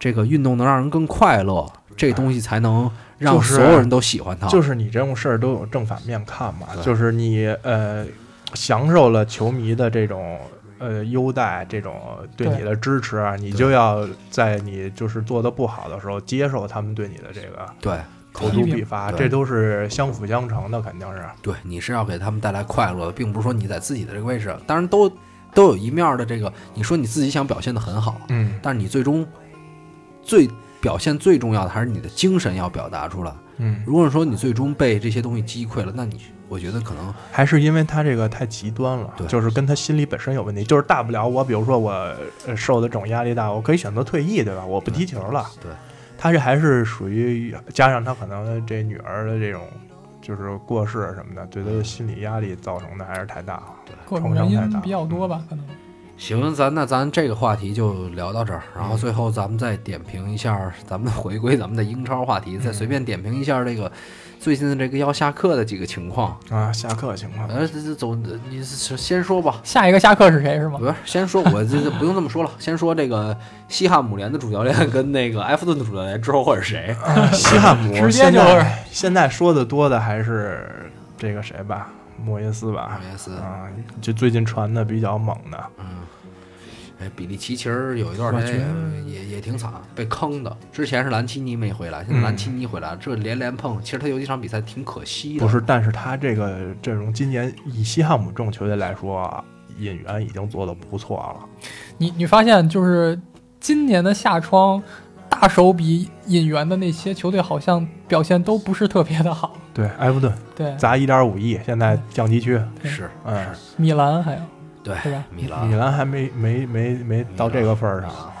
这个运动能让人更快乐，这东西才能让
就是
所有人都喜欢它。
就是你这种事儿都有正反面看嘛，
啊对
就是你呃享受了球迷的这种。呃，优待这种对
对
你的支持啊，你就要在你就是做的不好的时候，接受他们对你的这个
对
口
批
诛
评
笔伐，
对
这都是相辅相成的，肯定是。
对，你是要给他们带来快乐，并不是说你在自己的这个位置，当然都都有一面儿的这个，你说你自己想表现的很好，
嗯
但是你最终最表现最重要的还是你的精神要表达出来。
嗯，
如果说你最终被这些东西击溃了，那你我觉得可能
还是因为他这个太极端了
对，
就是跟他心理本身有问题。就是大不了我，比如说我呃受的这种压力大，我可以选择退役，对吧？我不踢球了。
对，
他这还是属于呃加上他可能这女儿的这种就是过世什么的，对他的心理压力造成的还是太大啊了。
各种原因比较多吧，可能。
嗯行，咱那咱这个话题就聊到这儿，然后最后咱们再点评一下，咱们回归咱们的英超话题，再随便点评一下这个最近的这个要下课的几个情况。
啊，下课情况。
呃，这这总你是先说吧，
下一个下课是谁是吗
不？是先说，我这这不用这么说了，先说这个西汉姆联的主教练跟那个埃弗顿的主教练之后会是谁？
西汉姆
直接
啊现在
就是
现在说的多的还是这个谁吧，莫耶斯吧
马，耶斯，
啊，就最近传的比较猛的，
嗯，哎，比利奇其实有一段
我
时间
觉得
也也也挺惨，被坑的。之前是兰奇尼没回来，
嗯
现在兰奇尼回来，这连连碰，其实他有几场比赛挺可惜的。
不是，但是他这个阵容今年以西汉姆这种球队来说啊，引援已经做得不错了。
你你发现就是今年的夏窗，大手笔引援的那些球队好像表现都不是特别的好。
对，埃弗顿
对，
砸一点五亿，现在降级区。
对
是，
嗯，
米兰还有
对
对吧？
米
米
兰、
兰还没没没没到这个份儿上啊。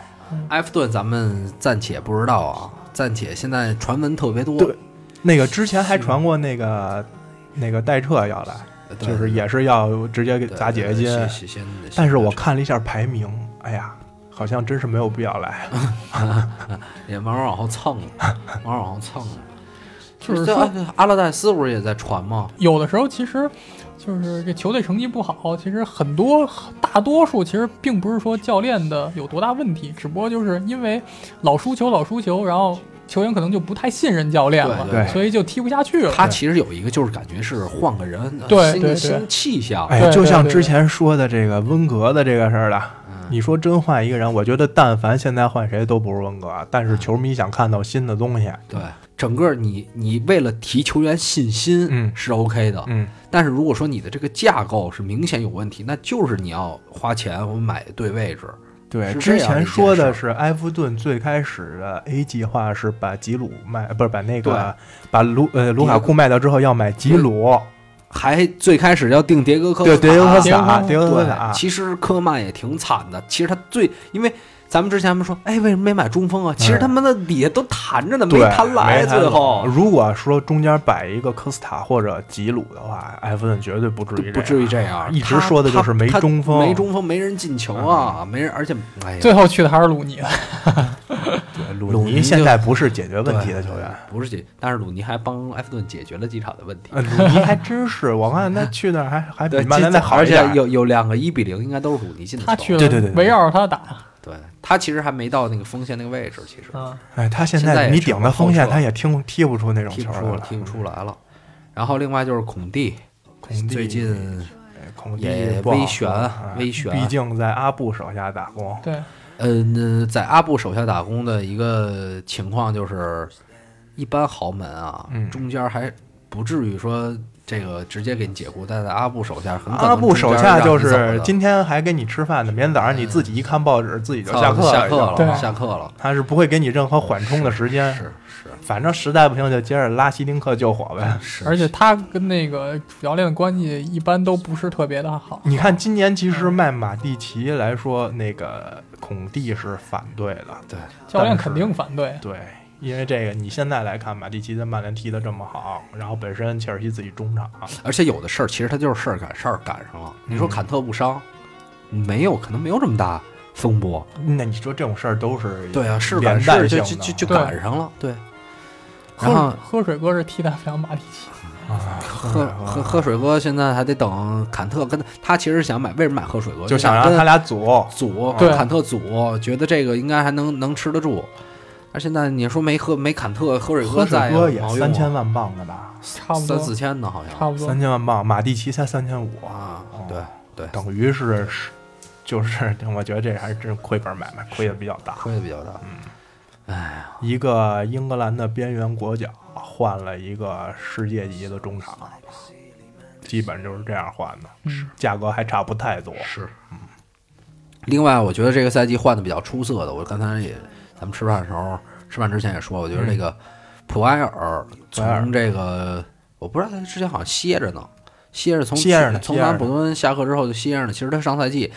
埃弗顿，咱们暂且不知道啊，暂且现在传闻特别多，
对那个之前还传过那个那个戴彻要来，
对
就是也是要直接给
对
砸解
对
决金。
先先先
但是我看了一下排名，哎呀，好像真是没有必要来。
也慢慢往后蹭了，慢慢往后蹭
[laughs]
了。
就是
这
说，
阿阿勒代斯不是也在传吗？
有的时候其实就是这球队成绩不好，其实很多大多数其实并不是说教练的有多大问题，只不过就是因为老输球老输球，然后球员可能就不太信任教练了，
对
对
所以就踢不下去了。
他其实有一个就是感觉是换个人，
对
新
对对
新气象，
哎，
对
就
对
像
对
之
对
前说的这个温格的这个事儿了。
嗯
你说真换一个人，我觉得但凡现在换谁都不是温
嗯
格，但是球迷想看到新的东西。
对，整个你你为了提球员信心，
嗯
是 OK 的。
嗯，
但是如果说你的这个架构是明显有问题，那就是你要花钱我买对位置。
对，
是这
之
样一
前
件
说的
事
是埃弗顿最开始的 A 计划是把吉鲁卖，不是把那个把卢呃卢卡库卖掉之后要买吉鲁，
还最开始要定迭戈科
对，
斯塔
迭戈科
斯
萨，
迭
迭戈科
对，
萨，
其实科曼也挺惨的。其实他最因为。咱们之前不说，哎，为什么没买中锋啊？其实他们的底下都谈着呢，
嗯对，
谈来，
没谈
最后
拢如果说中间摆一个科斯塔或者吉鲁的话，埃弗顿绝对不至于
不至于
这
这样。
一直
他
说的就是
他
没
他
中锋嗯
没中锋，没人进球啊，没人，而且哎呀，
最后去的还是鲁尼，
样。
鲁
鲁
尼
尼现
就
在不是解决问题的
对
球员。
不是解，但是鲁尼还帮埃弗顿解决了几场的问题。
呃，鲁尼还真是，我看他去那儿还还
[laughs]
比
对，
曼联
这
再好
而
一点
且
儿。
有有两个一比零，应该都是鲁尼进的球。
他去了，
对对对对
围绕着他打。
对他其实还没到那个锋线那个位置，其实
啊，
哎，他现
现在
在
也
你
是
顶
往
的
后
锋线，
撤
他也听踢不出那种
踢
球
不出
儿啊来
了，
了。
踢不出来了。然后另外就是孔蒂，
孔蒂
最近
哎孔蒂
也
不好
微悬
说哎
微悬
毕竟在阿布手下打工。
对，
呃，那在阿布手下打工的一个情况就是，一般豪门啊，
嗯
中间还不至于说这个直接给你解雇，但在阿布手下很可能
阿布手下就
中间让你
是
走的
今天还跟你吃饭呢，明天早上你自己一看报纸，自己就
操
下课
下课
了已经。
对
了，下课了，
他是不会给你任何缓冲的时间，哎
是是哎
反正实在不行就接着拉希丁克救火呗。
是，
而且他跟那个主教练的关系一般都不是特别的好。
你看，今年其实卖马蒂奇来说，那个孔蒂是反对的，
对
教练
但是
肯定反对，
对，因为这个你现在来看，马蒂奇在曼联踢得这么好，然后本身切尔西自己中场，
而且有的事儿其实他就是事儿赶事儿赶上了。你说
嗯
坎特不伤，没有可能没有这么大风波。
那你说这种事儿都是
对啊，是赶
连
是
带性
就
的
就就就
对
赶上了。对，然
喝
后
喝水哥是替代不了马蒂奇，
啊
喝喝喝水哥现在还得等坎特跟他，他其实想买，为什么买喝水哥？
就想
想
让
跟
他俩组，
组
嗯
跟
对
坎特组，觉得这个应该还能能吃得住。但现在你说没喝没坎特，喝水
喝
在
水哥也
有毛用啊
三千万镑的吧，
差不
三
多，
四千呢，好像
差不多
三。千万镑，马蒂奇才三千五，
啊，对对，
等于是是就是， [laughs] 我觉得这还是真是亏本买卖，亏的比较大。
亏的比较大。
嗯，
哎呀，
一个英格兰的边缘国脚换了一个世界级的中场，基本就是这样换的，
嗯，
价格还差不太多。
是。另外，我觉得这个赛季换的比较出色的，我刚才也咱们吃饭的时候，吃饭之前也说，我觉得这
嗯
个普埃尔
普埃尔
从这个我不知道他之前好像歇着呢，歇着从
歇着呢
从
歇着
南
呢
普敦下课之后就歇着呢。其实他上赛季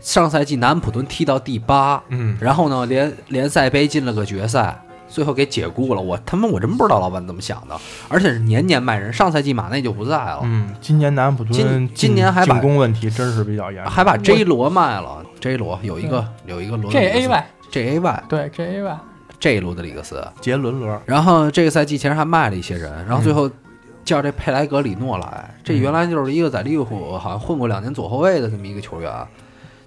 上赛季南普敦踢到第八，
嗯，
然后呢联联赛杯进了个决赛。最后给解雇了，我他妈我真不知道老板怎么想的，而且是年年卖人。上赛季马内就不在了，
嗯，今年南安普顿
哦今
进
今年还啊把
进攻问题真是比较严重，
还把 J 罗卖了。J 罗有一个
嗯
有一个罗德
这
里格
A
斯
y
J A Y
对这 A y
J 罗德里格斯。
杰伦轮。
然后这个赛季其实还卖了一些人，然后最
嗯
后叫这佩莱格里诺来，这原来就是一个在利物浦好像混过两年左后卫的这么一个球员。啊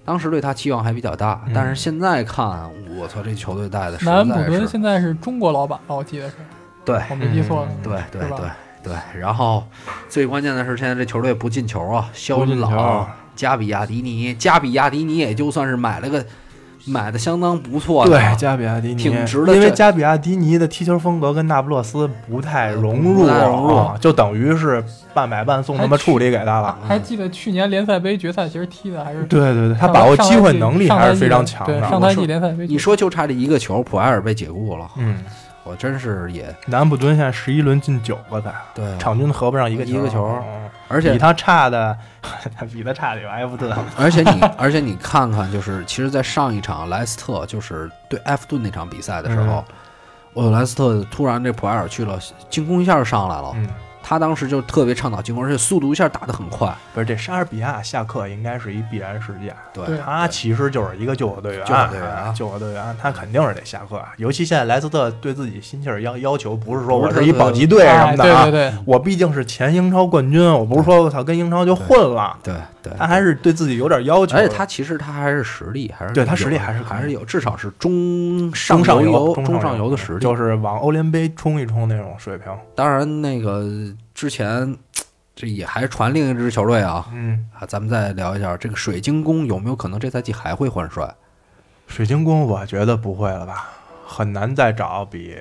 当时对他期望还比较大
嗯，
但是现在看，我操，这球队带的实
南安普
在
敦
是
现在是中国老板吧？我记得是，
对
我没记错了
嗯。
对对
是吧
对对。然后最关键的是，现在这球队不进球啊，肖
不进
恩
球
老、加比亚迪尼、加比亚迪尼也就算是买了个买的相当不错的啊，
对，加比亚迪尼
挺值的
因为
这呃
加比亚迪尼的踢球风格跟那不勒斯不太融入，
不太融入哎啊
啊就等于是半买半送他妈处理给他了。
还记得去年联赛杯决赛，其实踢的还是
对对对，他
嗯上
把握
上
机
赛
会
季
能力
上
还
赛
是
季
非常
的
强
对，上
的。
我
赛
说
季联赛杯决赛，
你说就差这一个球，普埃尔被解雇了，
嗯，
我真是也
南安普敦现在十一轮进九个才，
对啊，
场均合不上一个
一个球
嗯
而
比
且
他差的， [laughs] 比他差的有埃弗顿。 [laughs]
而且你而且你看看，就是其实，在上一场莱斯特就是对埃弗顿那场比赛的时候，
嗯
我莱斯特突然这普埃尔去了，进攻一下就上来了，
嗯，
他当时就特别倡导进攻，而且速度一下打得很快，
不是这莎尔比亚下课应该是一必然事件。
对
对
他其实就是一个救火队员，
救火队员啊
救火队员，他肯定是得下课。啊尤其现在莱斯特对自己心气儿要要求，不是说我是一保级队什么的啊，
哎对对对，
我毕竟是前英超冠军，我不是说我操跟英超就混了，
对对，
他还是对自己有点要求。
而且他其实他还是实力，还是
对他
有
实力还是可以
还是有，至少是中
中上嗯
游
中
上游的实力。
就是往欧联杯冲一冲那种水平。
当然，那个之前这也还传另一支球队啊，
嗯，
啊，咱们再聊一下这个水晶宫有没有可能这赛季还会换帅？
水晶宫我觉得不会了吧，很难再找比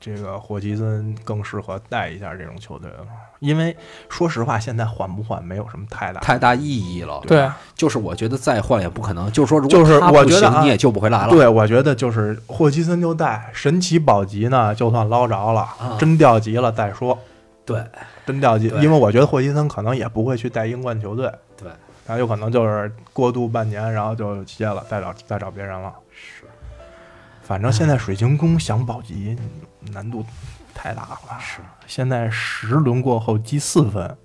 这个霍奇森更适合带一下这种球队了。因为说实话，现在换不换没有什么太大
太大意义了。
对，
就是我觉得再换也不可能。就是说，如
就
果
是
他
我
不
觉得
行
啊
你也救不回来了。
对，我觉得就是霍奇森就带，神奇保级呢就算捞着了，
啊
真掉级了再说，
对
真掉级，
对
因为我觉得霍奇森可能也不会去带英冠球队，
对，
他有可能就是过渡半年，然后就歇了，再找再找别人了。
是
反正现在水晶宫想保级难度太大了吧，
是
现在十轮过后积四分，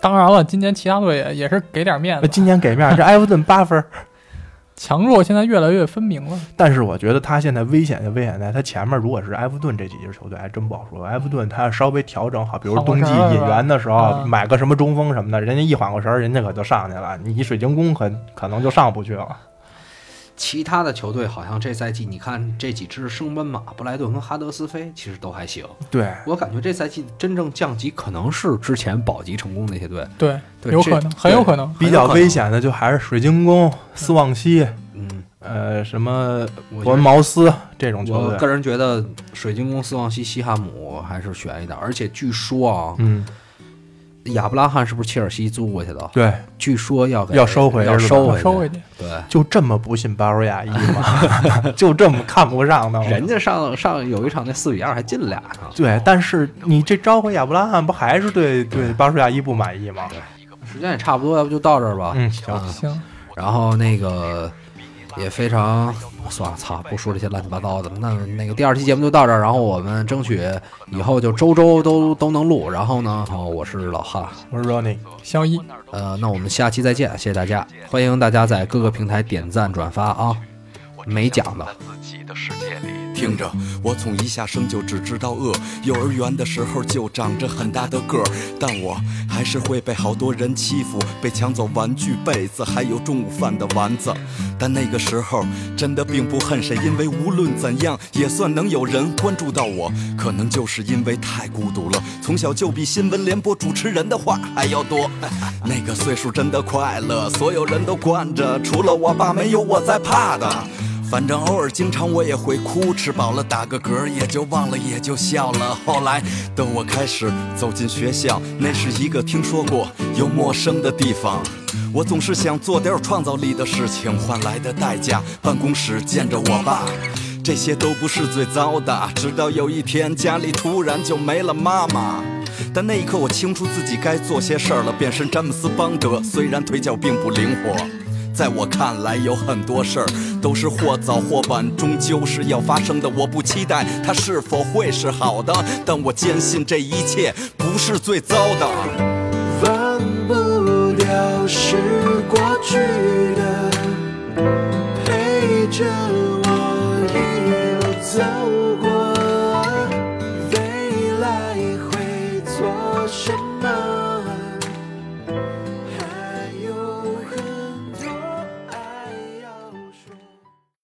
当然了，今年其他队也也是给点面
那
子，
今年给面儿这埃弗顿八分，
强弱现在越来越分明了。
但是我觉得他现在危险就危险在他前面，如果是埃弗顿这几支球队，还真不好说。埃弗顿他稍微调整好，比如冬季
缓过神儿
引
是吧
援的时候
啊
嗯
买个什么中锋什么的，人家一缓过神儿，人家可就上去了。你水晶宫可可能就上不去了。
其他的球队好像这赛季，你看这几支升班马，布莱顿跟哈德斯菲其实都还行。
对，
我感觉这赛季真正降级可能是之前保级成功那些队。
对，
对
有
这
可能，很有可能。
比较危险的就还是水晶宫、斯旺西、
嗯，
呃什么
我觉
伯
得
恩茅斯这种球
我
队。
个人觉得水晶宫、斯旺西、西汉姆还是悬一点，而且据说啊，
嗯，
亚布拉罕是不是切尔西租过去的？
对，
据说要给
要收回哦
要
是吧
收回去，
收回去。
对。
就这么不信巴瑞亚
[laughs]
一吗？就这么看不上他吗？
人家上上有一场那四比二还进俩呢，
对，但是你这召回亚布拉罕，不还是对对巴瑞亚一不满意吗？
时间也差不多，要不就到这儿吧。
嗯，行，
嗯
行，
然后那个也非常算了，操，不说这些乱七八糟的了。那那个第二期节目就到这儿，然后我们争取以后就周周都都能录。然后呢，好，我是老哈，
我是 Ronnie，
小一，
呃，那我们下期再见，谢谢大家，欢迎大家在各个平台点赞转发啊，没讲的。
听着，我从一下生就只知道呃饿，幼儿园的时候就呃长着很大的个儿，但我还是会被好多人欺负，被抢走玩具、被子，还有中午饭的丸子。但那个时候真的并不恨谁，因为无论怎样也算能有人关注到我。可能就是因为太孤独了，从小就比新闻联播主持人的话还要多。 [laughs] 那个岁数真的快乐，所有人都惯着，除了我爸，没有我在怕的。反正偶尔经常我也会哭，吃饱了打个嗝也就忘了也就笑了。后来等我开始走进学校，那是一个听说过又陌生的地方。我总是想做点创造力的事情，换来的代价，办公室见着我爸。这些都不是最糟的，直到有一天家里突然就没了妈妈。但那一刻我清楚自己该做些事儿了，变身詹姆斯邦德，虽然腿脚并不灵活。在我看来，有很多事儿都是或早或晚，终究是要发生的。我不期待它是否会是好的，但我坚信这一切不是最糟的。
忘不掉是过去的，陪着我一路走。